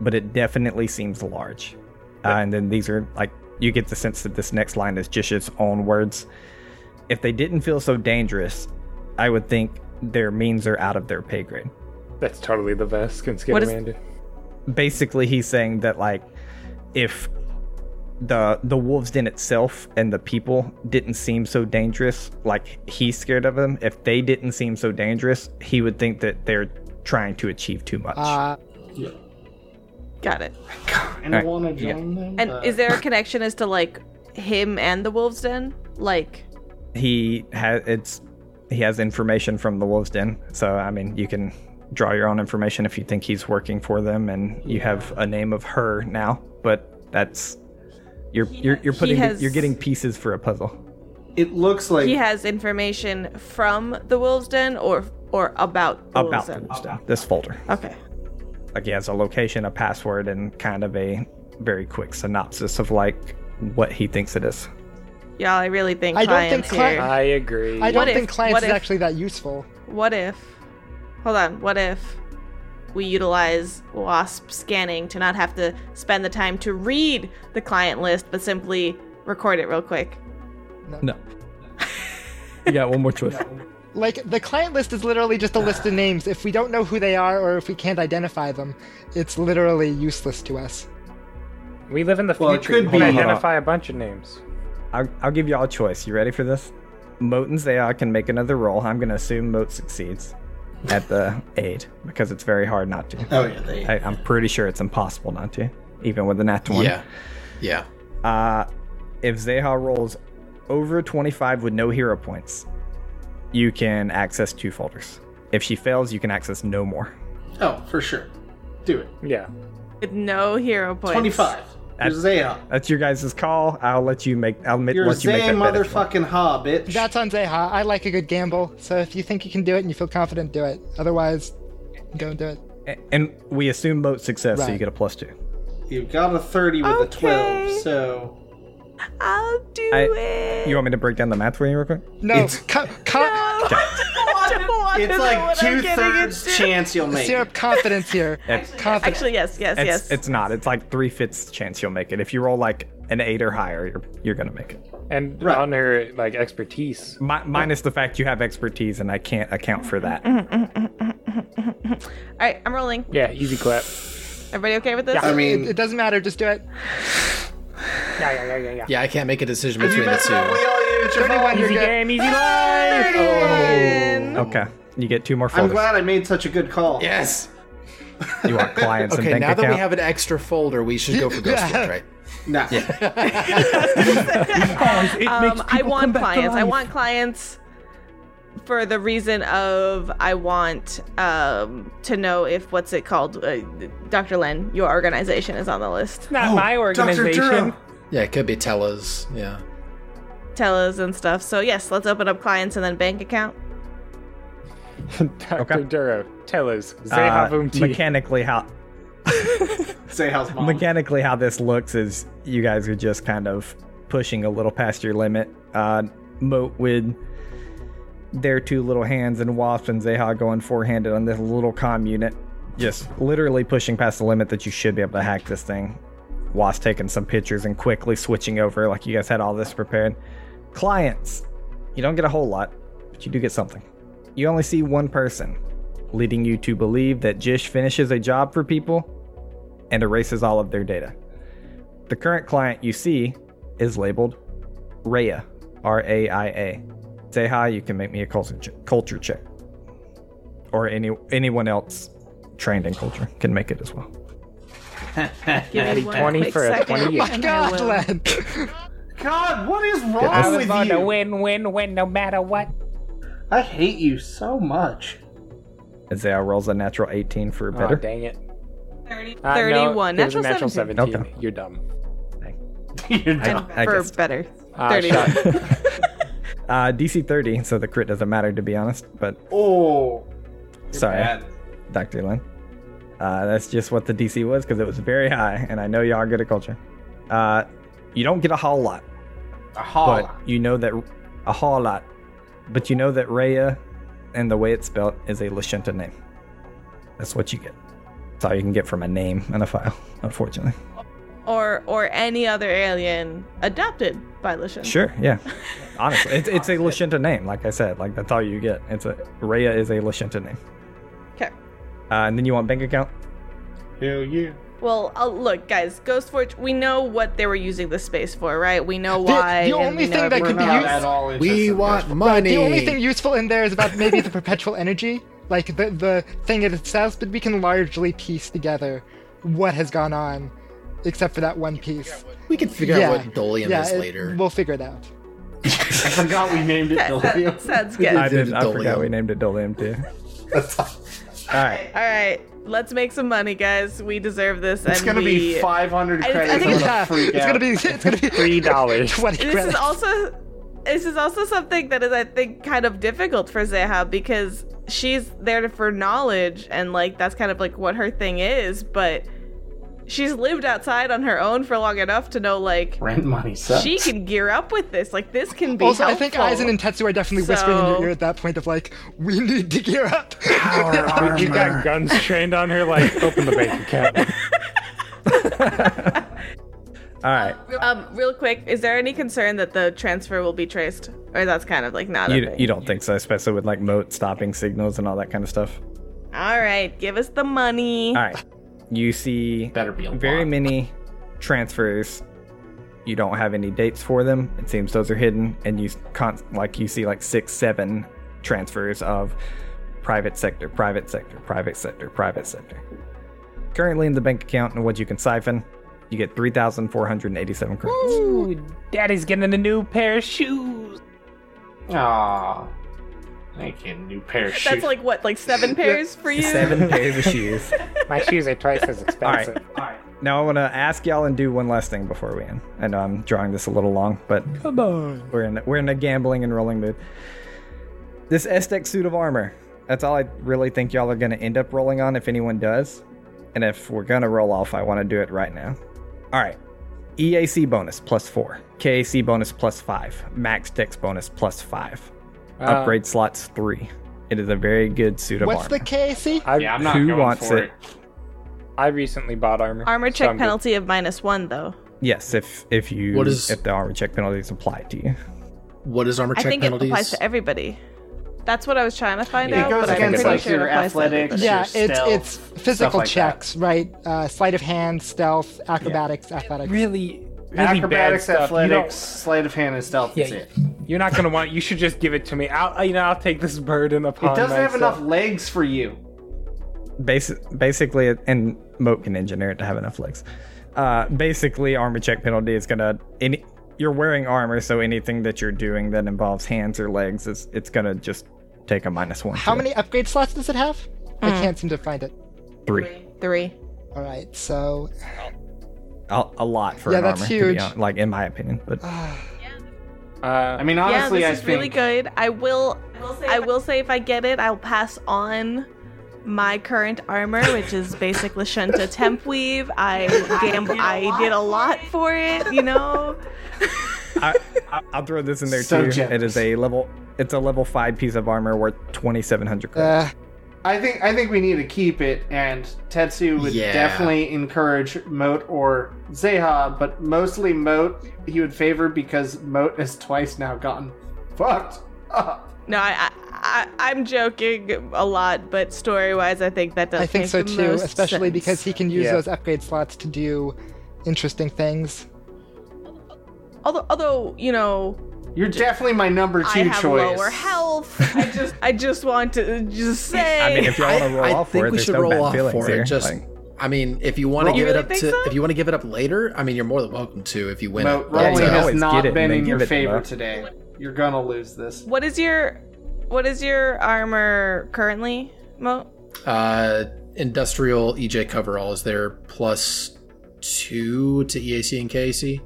S1: but it definitely seems large. Uh, and then these are like, you get the sense that this next line is just its own words. If they didn't feel so dangerous, I would think their means are out of their pay grade.
S5: That's totally the best. Can
S4: What is-
S5: Scamander.
S1: basically he's saying that like if the the wolves den itself and the people didn't seem so dangerous like he's scared of them if they didn't seem so dangerous he would think that they're trying to achieve too much
S6: Uh,
S4: Got it.
S2: And I
S1: Alright,
S2: want to
S1: yeah.
S2: join them.
S4: And
S2: uh,
S4: is there a connection as to like him and the wolves den? Like,
S1: he has it's he has information from the wolves den so i mean you can draw your own information if you think he's working for them and you have a name of her now but that's you're you're, you're
S4: he
S1: putting
S4: has-
S1: you're getting pieces for a puzzle
S2: it looks like
S4: he has information from the wolves den or or about the
S1: about
S4: wolves
S1: the
S4: den?
S1: wolves den this folder
S4: Okay.
S1: like he has a location, a password, and kind of a very quick synopsis of like what he thinks it is.
S4: Y'all, I really think
S6: I don't
S4: clients
S6: think cli-
S4: here.
S5: I agree.
S6: I don't
S4: if-
S6: think clients
S4: what
S6: is
S4: if-
S6: actually that useful.
S4: What if? Hold on. What if we utilize WASP scanning to not have to spend the time to read the client list, but simply record it real quick?
S1: No. you got one more choice.
S6: Like the client list is literally just a list
S3: Ah.
S6: of names. If we don't know who they are or if we can't identify them, it's literally useless to us.
S5: We live in the future.
S2: Well, it could
S5: you can
S2: be-
S5: identify a bunch of names.
S1: I'll, I'll give y'all a choice. You ready for this? Moat and Zaya can make another roll. I'm going to assume Moat succeeds at the aid because it's very hard not to.
S2: Oh yeah, they.
S1: I, I'm pretty sure it's impossible not to, even with a nat 20.
S3: Yeah. Yeah.
S1: Uh, if Zeha rolls over 25 with no hero points, you can access two folders. If she fails, you can access no more.
S2: Oh, for sure. Do it.
S5: Yeah.
S4: With no hero points.
S2: Twenty-five. You're Zaya.
S1: That's your guys' call. I'll let you make. I'll ma-
S2: You're
S1: let you make
S2: Zaya
S1: that bet if you want.
S2: motherfucking ha, bitch.
S6: That's on Zeha. I like a good gamble, so if you think you can do it and you feel confident, do it. Otherwise, go and do it.
S1: A- And we assume moat success, so you
S6: Right.
S1: get a plus two.
S2: you got a thirty with a twelve,
S4: Okay.
S2: so
S4: I'll do
S1: I-
S4: it.
S1: You want me to break down the math for you real quick?
S6: No, co- co-
S4: No. I don't want to
S2: it's
S4: know
S2: like
S4: what I'm
S2: two
S4: getting
S2: thirds
S4: into.
S2: chance you'll make.
S6: syrup confidence here. confidence.
S4: Actually, yes, yes,
S1: It's,
S4: yes.
S1: it's not. It's like three fifths chance you'll make it. If you roll like an eight or higher, you're you're gonna make it.
S5: And
S2: Right.
S5: on her like expertise.
S1: Mi- minus the fact you have expertise, and I can't account for that.
S4: Mm-hmm. All right, I'm rolling.
S5: Yeah, easy clap.
S4: Everybody okay with this?
S2: I mean,
S6: It, it doesn't matter. Just do it.
S5: Yeah, yeah, yeah, yeah, yeah.
S3: Yeah, I can't make a decision between the two.
S2: all use your phone.
S6: you're
S5: Easy
S6: good.
S5: game, easy life.
S2: oh.
S1: Okay, you get two more
S2: I'm
S1: folders.
S2: glad I made such a good call.
S3: Yes.
S1: You want clients and
S3: Okay,
S1: bank
S3: now that
S1: account.
S3: we have an extra folder, we should go for Ghost Watch, right?
S2: Nah.
S4: Um, I want clients. I want clients for the reason of I want um, to know if what's it called, uh, Dr. Len, your organization is on the list.
S5: Not my
S2: Dr.
S5: organization.
S2: Durham.
S3: Yeah, it could be Tella's. Yeah.
S4: Tell us and stuff. So yes, let's open up clients and then bank account.
S5: Dr.
S1: Okay.
S5: Duro, tell us.
S1: Uh,
S5: Zehavumti.
S1: mechanically how
S2: Say how's mom.
S1: mechanically how this looks is you guys are just kind of pushing a little past your limit. Uh, Moat with their two little hands and Wasp and Zeha going four-handed on this little comm unit, just literally pushing past the limit that you should be able to hack this thing. Wasp taking some pictures and quickly switching over, like you guys had all this prepared. Clients, you don't get a whole lot, but you do get something. You only see one person, leading you to believe that Jish finishes a job for people and erases all of their data. The current client you see is labeled Raya, R A I A, say hi, you can make me a culture check, culture check. Or any anyone else trained in culture can make it as well.
S4: Give me one
S5: 20
S4: quick
S5: for a Uh,
S4: second
S5: 28.
S4: and I
S6: God,
S4: will-
S6: Len.
S2: God, what is wrong
S5: I was
S2: with
S5: on
S2: you?
S5: a win, win, win, no matter what.
S2: I hate you so much.
S1: Isaiah rolls a natural 18 for
S5: Oh,
S1: better.
S5: dang it.
S4: 30,
S5: Uh, no,
S4: 31.
S5: it was a
S4: natural,
S5: natural
S4: 17.
S5: 17.
S1: Okay.
S5: You're dumb.
S2: You're
S1: I-
S2: dumb.
S1: I
S4: for
S1: guessed.
S4: better.
S5: Uh,
S4: 31.
S5: shut-
S1: Uh, DC 30, so the crit doesn't matter to be honest, but
S2: Oh, you're
S1: sorry,
S2: bad.
S1: Dr. Lin. Uh, that's just what the DC was because it was very high, and I know y'all are good at culture. Uh, you don't get a whole lot,
S2: A holla.
S1: but you know that a whole lot, but you know that Rhea and the way it's spelled is a Lashunta name. That's what you get. That's all you can get from a name and a file, unfortunately.
S4: Or or any other alien adopted by Lishan.
S1: Sure, yeah. Honestly, it's, it's a Lashunta name, like I said. Like that's all you get. It's a Rhea is a Lashunta name.
S4: Okay.
S1: Uh, and then you want bank account?
S2: Hell yeah.
S4: Well, uh, look, guys, Ghost Forge, we know what they were using this space for, right? We know
S6: The-
S4: why.
S6: the
S4: and
S6: only
S4: we know
S6: thing that
S2: We're
S6: could be
S2: not
S4: everything
S6: used-
S2: at
S4: else.
S2: all interested
S3: We
S2: in
S3: want
S2: this.
S3: money.
S6: The only thing useful in there is about maybe the perpetual energy, like the the thing it says, but we can largely piece together what has gone on, except for that one piece.
S3: We can figure
S6: yeah,
S3: out what Dolium
S6: yeah,
S3: is
S6: it-
S3: later.
S6: we'll figure it out.
S2: I forgot we named it
S4: That
S2: Delium.
S4: sounds good.
S1: I,
S4: All
S1: did, I
S3: Dolium.
S1: forgot we named it Dolium too.
S4: right, let's make some money, guys. We deserve this.
S2: It's
S4: and
S2: gonna
S4: we...
S2: be 500
S4: I- I
S2: credits.
S4: think
S2: I'm
S4: it's-
S2: gonna freak
S6: it's
S2: out.
S6: gonna be it's gonna be
S5: Three dollars.
S6: twenty
S4: this
S6: credits.
S4: is also this is also something that is i think kind of difficult for zeha because she's there for knowledge and like that's kind of like what her thing is but she's lived outside on her own for long enough to know like
S2: Rent money sucks.
S4: she can gear up with this like this can be
S6: also, I
S4: helpful.
S6: think Aizen and Tetsu are definitely whispering in
S4: So-
S6: your ear at that point of like, we need to gear up.
S5: You got guns trained on her, like, open the bank account.
S1: All right.
S4: um real quick is there any concern that the transfer will be traced or that's kind of like not a
S1: You,
S4: thing?
S1: you don't think so, especially with like moat stopping signals and all that kind of stuff.
S4: all right give us the money
S1: All right. You see
S2: Better be a
S1: very
S2: lot.
S1: many transfers. You don't have any dates for them. It seems those are hidden, and you con- like you see like six, seven transfers of private sector, private sector, private sector, private sector. Currently in the bank account, and what you can siphon, you get three thousand four hundred eighty-seven credits.
S7: Ooh, Daddy's getting a new pair of shoes.
S2: Aw. Thank you, new pair of shoes.
S4: that's like what like seven pairs for you
S1: Seven pairs of shoes.
S5: My shoes are twice as expensive.
S1: Now I want to ask y'all and do one last thing before we end. I know I'm drawing this a little long, but come on, we're in we're in a gambling and rolling mood. This Estec suit of armor. That's all I really think y'all are gonna end up rolling on if anyone does. And if we're gonna roll off, I want to do it right now. All right. EAC bonus plus four, KAC bonus plus five, max dex bonus plus five, upgrade slots three. It is a very good suit of
S6: What's the
S1: armor.
S6: KAC?
S5: I,
S2: yeah, I'm not
S1: Who
S2: going
S1: wants
S2: for
S1: it?
S2: it.
S5: I recently bought armor.
S4: armor
S5: so
S4: check
S5: I'm good.
S4: penalty of minus one though
S1: yes, if if you
S3: What is-
S1: if the armor check penalties apply to you.
S3: what is armor
S4: I
S3: check
S4: think
S3: penalties?
S4: it applies to everybody. That's what I was trying to find
S2: It
S4: out.
S2: goes
S4: but I'm
S2: against
S4: pretty
S2: like
S4: sure it
S2: your
S4: applies to
S2: athletics,
S4: everybody.
S2: your
S6: Yeah, it's
S2: stealth,
S6: it's physical
S2: stuff like that.
S6: checks, right? Uh, sleight of hand, stealth, acrobatics, athletics.
S5: Really, really bad
S2: Acrobatics,
S5: stuff. You
S2: athletics,
S5: don't-
S2: sleight of hand, and stealth.
S5: Yeah,
S2: that's it.
S5: You're not gonna want. You should just give it to me. I'll, you know, I'll take this burden upon
S2: It doesn't have
S5: myself.
S2: enough legs for you.
S1: Basi- basically, and Moat can engineer it to have enough legs. Uh, basically, armor check penalty is gonna any. You're wearing armor, so anything that you're doing that involves hands or legs is it's gonna just take a minus one.
S6: How
S1: to it.
S6: many upgrade slots does it have? I
S4: Hmm.
S6: can't seem to find it.
S1: Three.
S4: Three.
S6: All right, so
S1: A, a lot for
S6: Yeah,
S1: an
S6: that's
S1: armor, to be
S6: huge.
S1: hon- like in my opinion, but
S2: I
S5: Uh,
S2: mean, honestly,
S4: yeah,
S2: I
S4: this is
S2: think
S4: really good. I will. I will say if I get it, I'll pass on my current armor, which is basic Lashunta temp weave. I gam- I did a lot for it, you know.
S1: I, I, I'll throw this in there
S2: So
S1: too.
S2: generous.
S1: It is a level. It's a level five piece of armor worth twenty seven hundred credits.
S6: uh,
S2: I think I think we need to keep it, and Tetsu would
S3: Yeah.
S2: definitely encourage Moat or Zeha, but mostly Moat he would favor because Moat has twice now gotten fucked up.
S4: No, I, I, I I'm joking a lot, but story wise, I think that does.
S6: I think
S4: make
S6: so
S4: the
S6: too,
S4: most
S6: especially
S4: sense.
S6: because he can use
S5: Yeah.
S6: those upgrade slots to do interesting things.
S4: although although you know
S2: You're definitely my number two
S4: I have
S2: choice.
S4: lower health. I just, I just want to just say.
S1: I mean, if you want to roll
S3: I
S1: off
S3: think
S1: for it,
S3: we
S1: there's
S3: should
S1: no
S3: roll
S1: bad
S3: off
S1: feelings
S3: for
S1: here.
S3: it. Just,
S1: Like,
S3: I mean, if you want to
S4: Roll.
S3: give
S4: You
S3: it
S4: really
S3: up
S4: think
S3: to,
S4: so?
S3: if you want to give it up later, I mean, you're more than welcome to if you win
S2: No,
S3: it. but,
S2: rolling
S1: you
S3: uh,
S2: has
S1: always
S2: not
S1: get it
S2: been
S1: and
S2: in
S1: they
S2: your
S1: give it to
S2: favor
S1: them.
S2: today. You're gonna lose this.
S4: what is your, what is your armor currently, Mo?
S3: uh, industrial E EJ coverall is there plus two to EAC and KAC.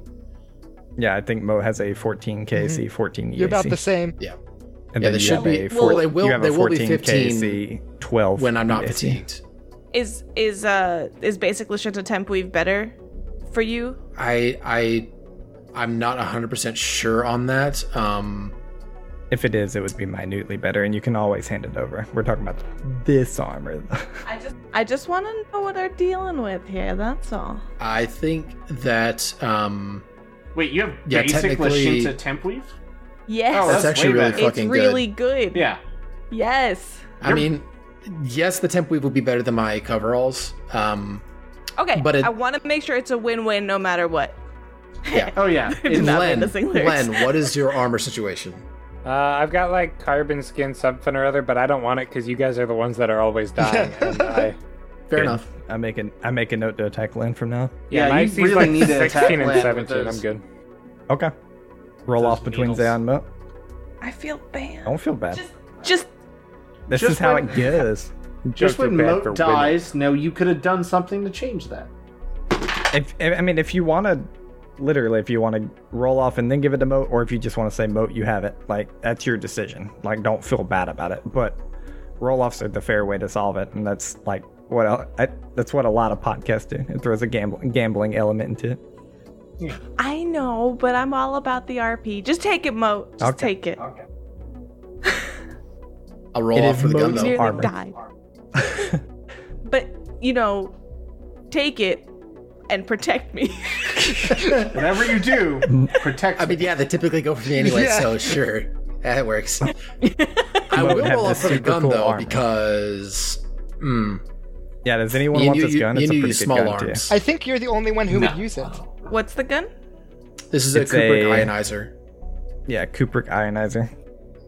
S1: yeah, I think Mo has a 14 KC, 14 EAC.
S6: Mm-hmm. You're about the same.
S3: Yeah,
S1: E and
S3: Yeah,
S1: then
S3: they
S1: you
S3: should
S1: have
S3: be-
S1: a
S3: well, they will-
S1: you have
S3: they
S1: a
S3: will be
S1: 14 KC, 12
S3: when I'm not
S1: EAC.
S3: fatigued.
S4: Is is uh is basic Lashunta Tempweave better for you?
S3: I I I'm not 100% sure on that. Um
S1: If it is, it would be minutely better, and you can always hand it over. We're talking about this armor.
S4: I just I just want to know what they're dealing with here. That's all.
S3: I think that um
S2: Wait, you have
S3: Yeah,
S2: basic
S3: technically-
S2: Lashinta temp weave?
S4: Yes,
S2: Oh,
S3: that's,
S2: That's
S3: actually
S2: way
S3: really
S2: better.
S4: it's
S3: fucking
S4: really
S3: good.
S4: good.
S2: Yeah.
S4: Yes.
S3: I mean, yes, the temp weave would be better than my coveralls. Um
S4: Okay.
S3: But
S4: But
S3: it-
S4: I want to make sure it's a win-win no matter what.
S2: Oh yeah.
S4: Did
S2: It's-
S4: not
S3: Len,
S4: witnessing lyrics.
S3: Len, what is your armor situation?
S5: Uh, I've got like carbon skin something or other, but I don't want it because you guys are the ones that are always dying. and I,
S3: Fair enough.
S1: I make an I make a note to attack Lynn from now.
S2: Yeah,
S5: my
S2: you
S5: IC 's,
S2: really need to attack
S5: 16
S2: Len
S5: and
S2: with
S5: 17. I'm
S2: those.
S5: good.
S1: Okay. Roll
S2: Those
S1: off between
S2: needles.
S1: Zay and Mo.
S4: I feel bad.
S1: Don't feel bad.
S4: Just just
S1: this
S2: just
S1: is how
S2: when-
S1: it goes.
S2: Just
S5: Jokes are
S2: when
S5: bad
S2: Moat
S5: for
S2: dies, no, you could have done something to change that.
S1: If I mean, if you want to, literally, if you want to roll off and then give it to Moat, or if you just want to say Moat, you have it. Like that's your decision. Like don't feel bad about it. But roll offs are the fair way to solve it, and that's like what el- I, that's what a lot of podcasts do. It throws a gambling gambling element into it.
S4: I know, but I'm all about the RP. Just take it, Mo. Just
S1: Okay.
S4: take it.
S3: I'll roll
S1: It
S3: off
S1: is
S3: for the gun
S1: most-
S3: though.
S4: Nearly
S1: armor.
S4: died. but you know, take it and protect me.
S2: Whatever you do, protect
S3: I mean, yeah, they typically go for me anyway, so sure. That works. I
S1: Moat
S3: will
S1: have
S3: roll
S1: the
S3: off for the
S1: super
S3: gun
S1: cool
S3: though
S1: armor.
S3: because mm,
S1: Yeah. Does anyone want this gun? it's a
S3: knew
S1: pretty good
S3: you small
S1: gun too.
S3: arms.
S6: I think you're the only one who would use it.
S4: What's the gun?
S3: This is a
S1: It's
S3: Cooper
S1: a-
S3: ionizer.
S1: Yeah, Kubrick ionizer.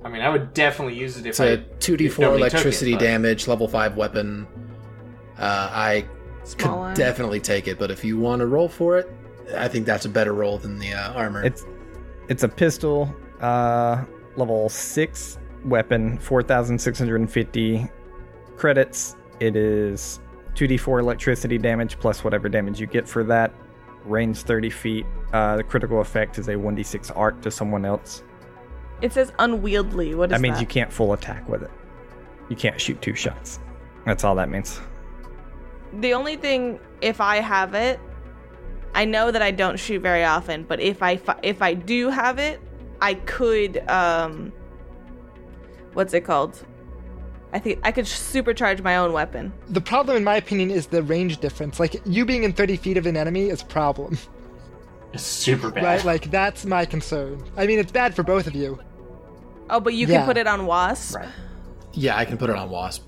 S2: I mean, I would definitely use it if
S3: It's a two D four
S2: nobody took it,
S3: electricity
S2: but-
S3: damage, level five weapon. Uh, I could
S4: Small arm.
S3: definitely take it, but if you want to roll for it, I think that's a better roll than the uh, armor.
S1: It's it's a pistol, uh, level six weapon, four thousand six hundred and fifty credits. It is two d four electricity damage plus whatever damage you get for that. Range thirty feet. Uh, the critical effect is a one d six arc to someone else.
S4: It says unwieldy. What is
S1: that means
S4: that?
S1: you can't full attack with it. You can't shoot two shots. That's all that means.
S4: The only thing, if I have it, I know that I don't shoot very often, but if I fi- if I do have it, I could um, what's it called? I think I could supercharge my own weapon.
S6: The problem, in my opinion, is the range difference. Like you being in 30 feet of an enemy is a problem,
S2: It's super bad.
S6: right? Like that's my concern. I mean, it's bad for both of you.
S4: Oh, but you
S6: Yeah.
S4: can put it on wasp.
S3: yeah, I can put it on wasp.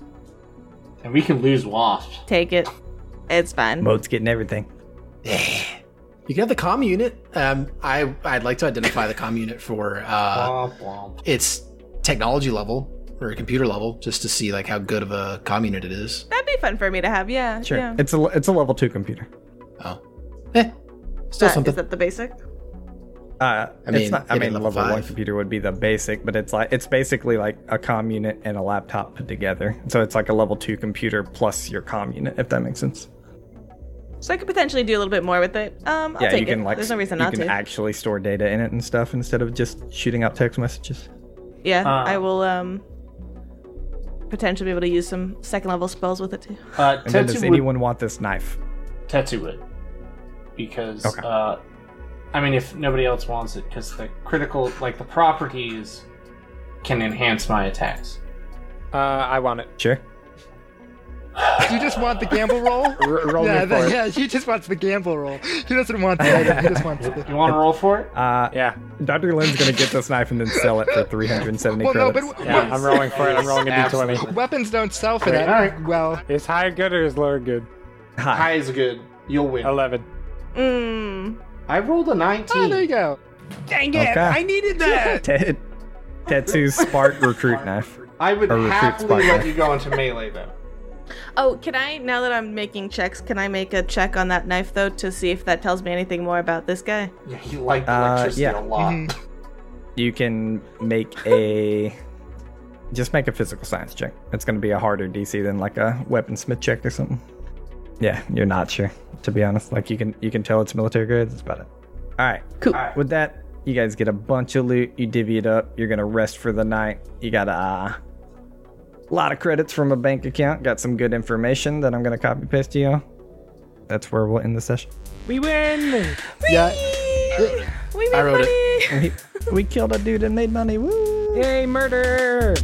S2: and we can lose Wasp.
S4: Take it. It's fine.
S1: Mode's getting everything.
S3: You can have the comm unit. Um, I I'd like to identify the comm unit for uh,
S2: Womp womp.
S3: its technology level or computer level, just to see like how good of a comm unit it is.
S4: That'd be fun for me to have. Yeah.
S1: Sure.
S4: Yeah.
S1: It's a it's a level two computer.
S3: Oh, eh, still
S4: That-
S3: something.
S4: Is that the basic?
S1: Uh,
S3: I
S1: I
S3: mean,
S1: mean, not, I
S3: it'd be
S1: mean,
S3: level
S1: level, one
S3: five.
S1: computer would be the basic, but it's like it's basically like a comm unit and a laptop put together. So it's like a level two computer plus your comm unit, if that makes sense.
S4: So I could potentially do a little bit more with it. Um, I'll
S1: yeah,
S4: take
S1: you can
S4: it.
S1: like
S4: There's no reason
S1: you
S4: not
S1: can
S4: to.
S1: actually store data in it and stuff instead of just shooting out text messages.
S4: yeah,
S2: Uh,
S4: I will um potentially be able to use some second level spells with it too.
S2: Uh,
S1: And then does
S2: Tetsu would
S1: anyone want this knife?
S2: Tetsu it because
S1: Okay.
S2: uh, I mean, if nobody else wants it, because the critical, like the properties, can enhance my attacks.
S5: Uh, I want it.
S1: Sure.
S6: You just want the gamble roll.
S5: R- roll
S6: yeah,
S5: me
S6: the-
S5: for it.
S6: yeah. He just wants the gamble roll. He doesn't want the item. He just wants the.
S2: You want to roll for it?
S1: Uh,
S5: Yeah,
S1: Dr. Lynn's gonna get this knife and then sell it for 370
S6: Well, no,
S1: credits.
S6: but
S5: yeah, I'm rolling for it. I'm rolling a d20.
S6: we- weapons don't sell for that.
S2: Alright.
S6: Well,
S5: Is higher good or is lower good?
S1: Hi.
S2: High is good. You'll win.
S5: 11.
S4: Mmm.
S2: I rolled a
S6: oh, there you
S2: nineteen.
S6: go.
S7: Dang it!
S1: Okay.
S7: I needed that.
S1: Ted, Tetsu's spark recruit knife.
S2: I would
S1: Or recruit
S2: happily
S1: Spider.
S2: let you go into melee though.
S4: Oh, can I? Now that I'm making checks, can I make a check on that knife though to see if that tells me anything more about this guy?
S2: Yeah, he liked
S1: Uh,
S2: electricity
S1: yeah.
S2: a lot.
S5: Mm-hmm.
S1: You can make a. Just make a physical science check. It's going to be a harder DC than like a weaponsmith check or something. Yeah, you're not sure, to be honest. Like you can you can tell it's military grade. That's about it. All right.
S4: Cool.
S2: Alright.
S1: With that, you guys get a bunch of loot. You divvy it up. You're gonna rest for the night. You got a uh, lot of credits from a bank account. Got some good information that I'm gonna copy paste to you. That's where we'll end the session.
S7: We win.
S3: Yeah.
S4: We made
S3: wrote
S4: money.
S1: we killed a dude and made money. Woo!
S7: Yay, murder!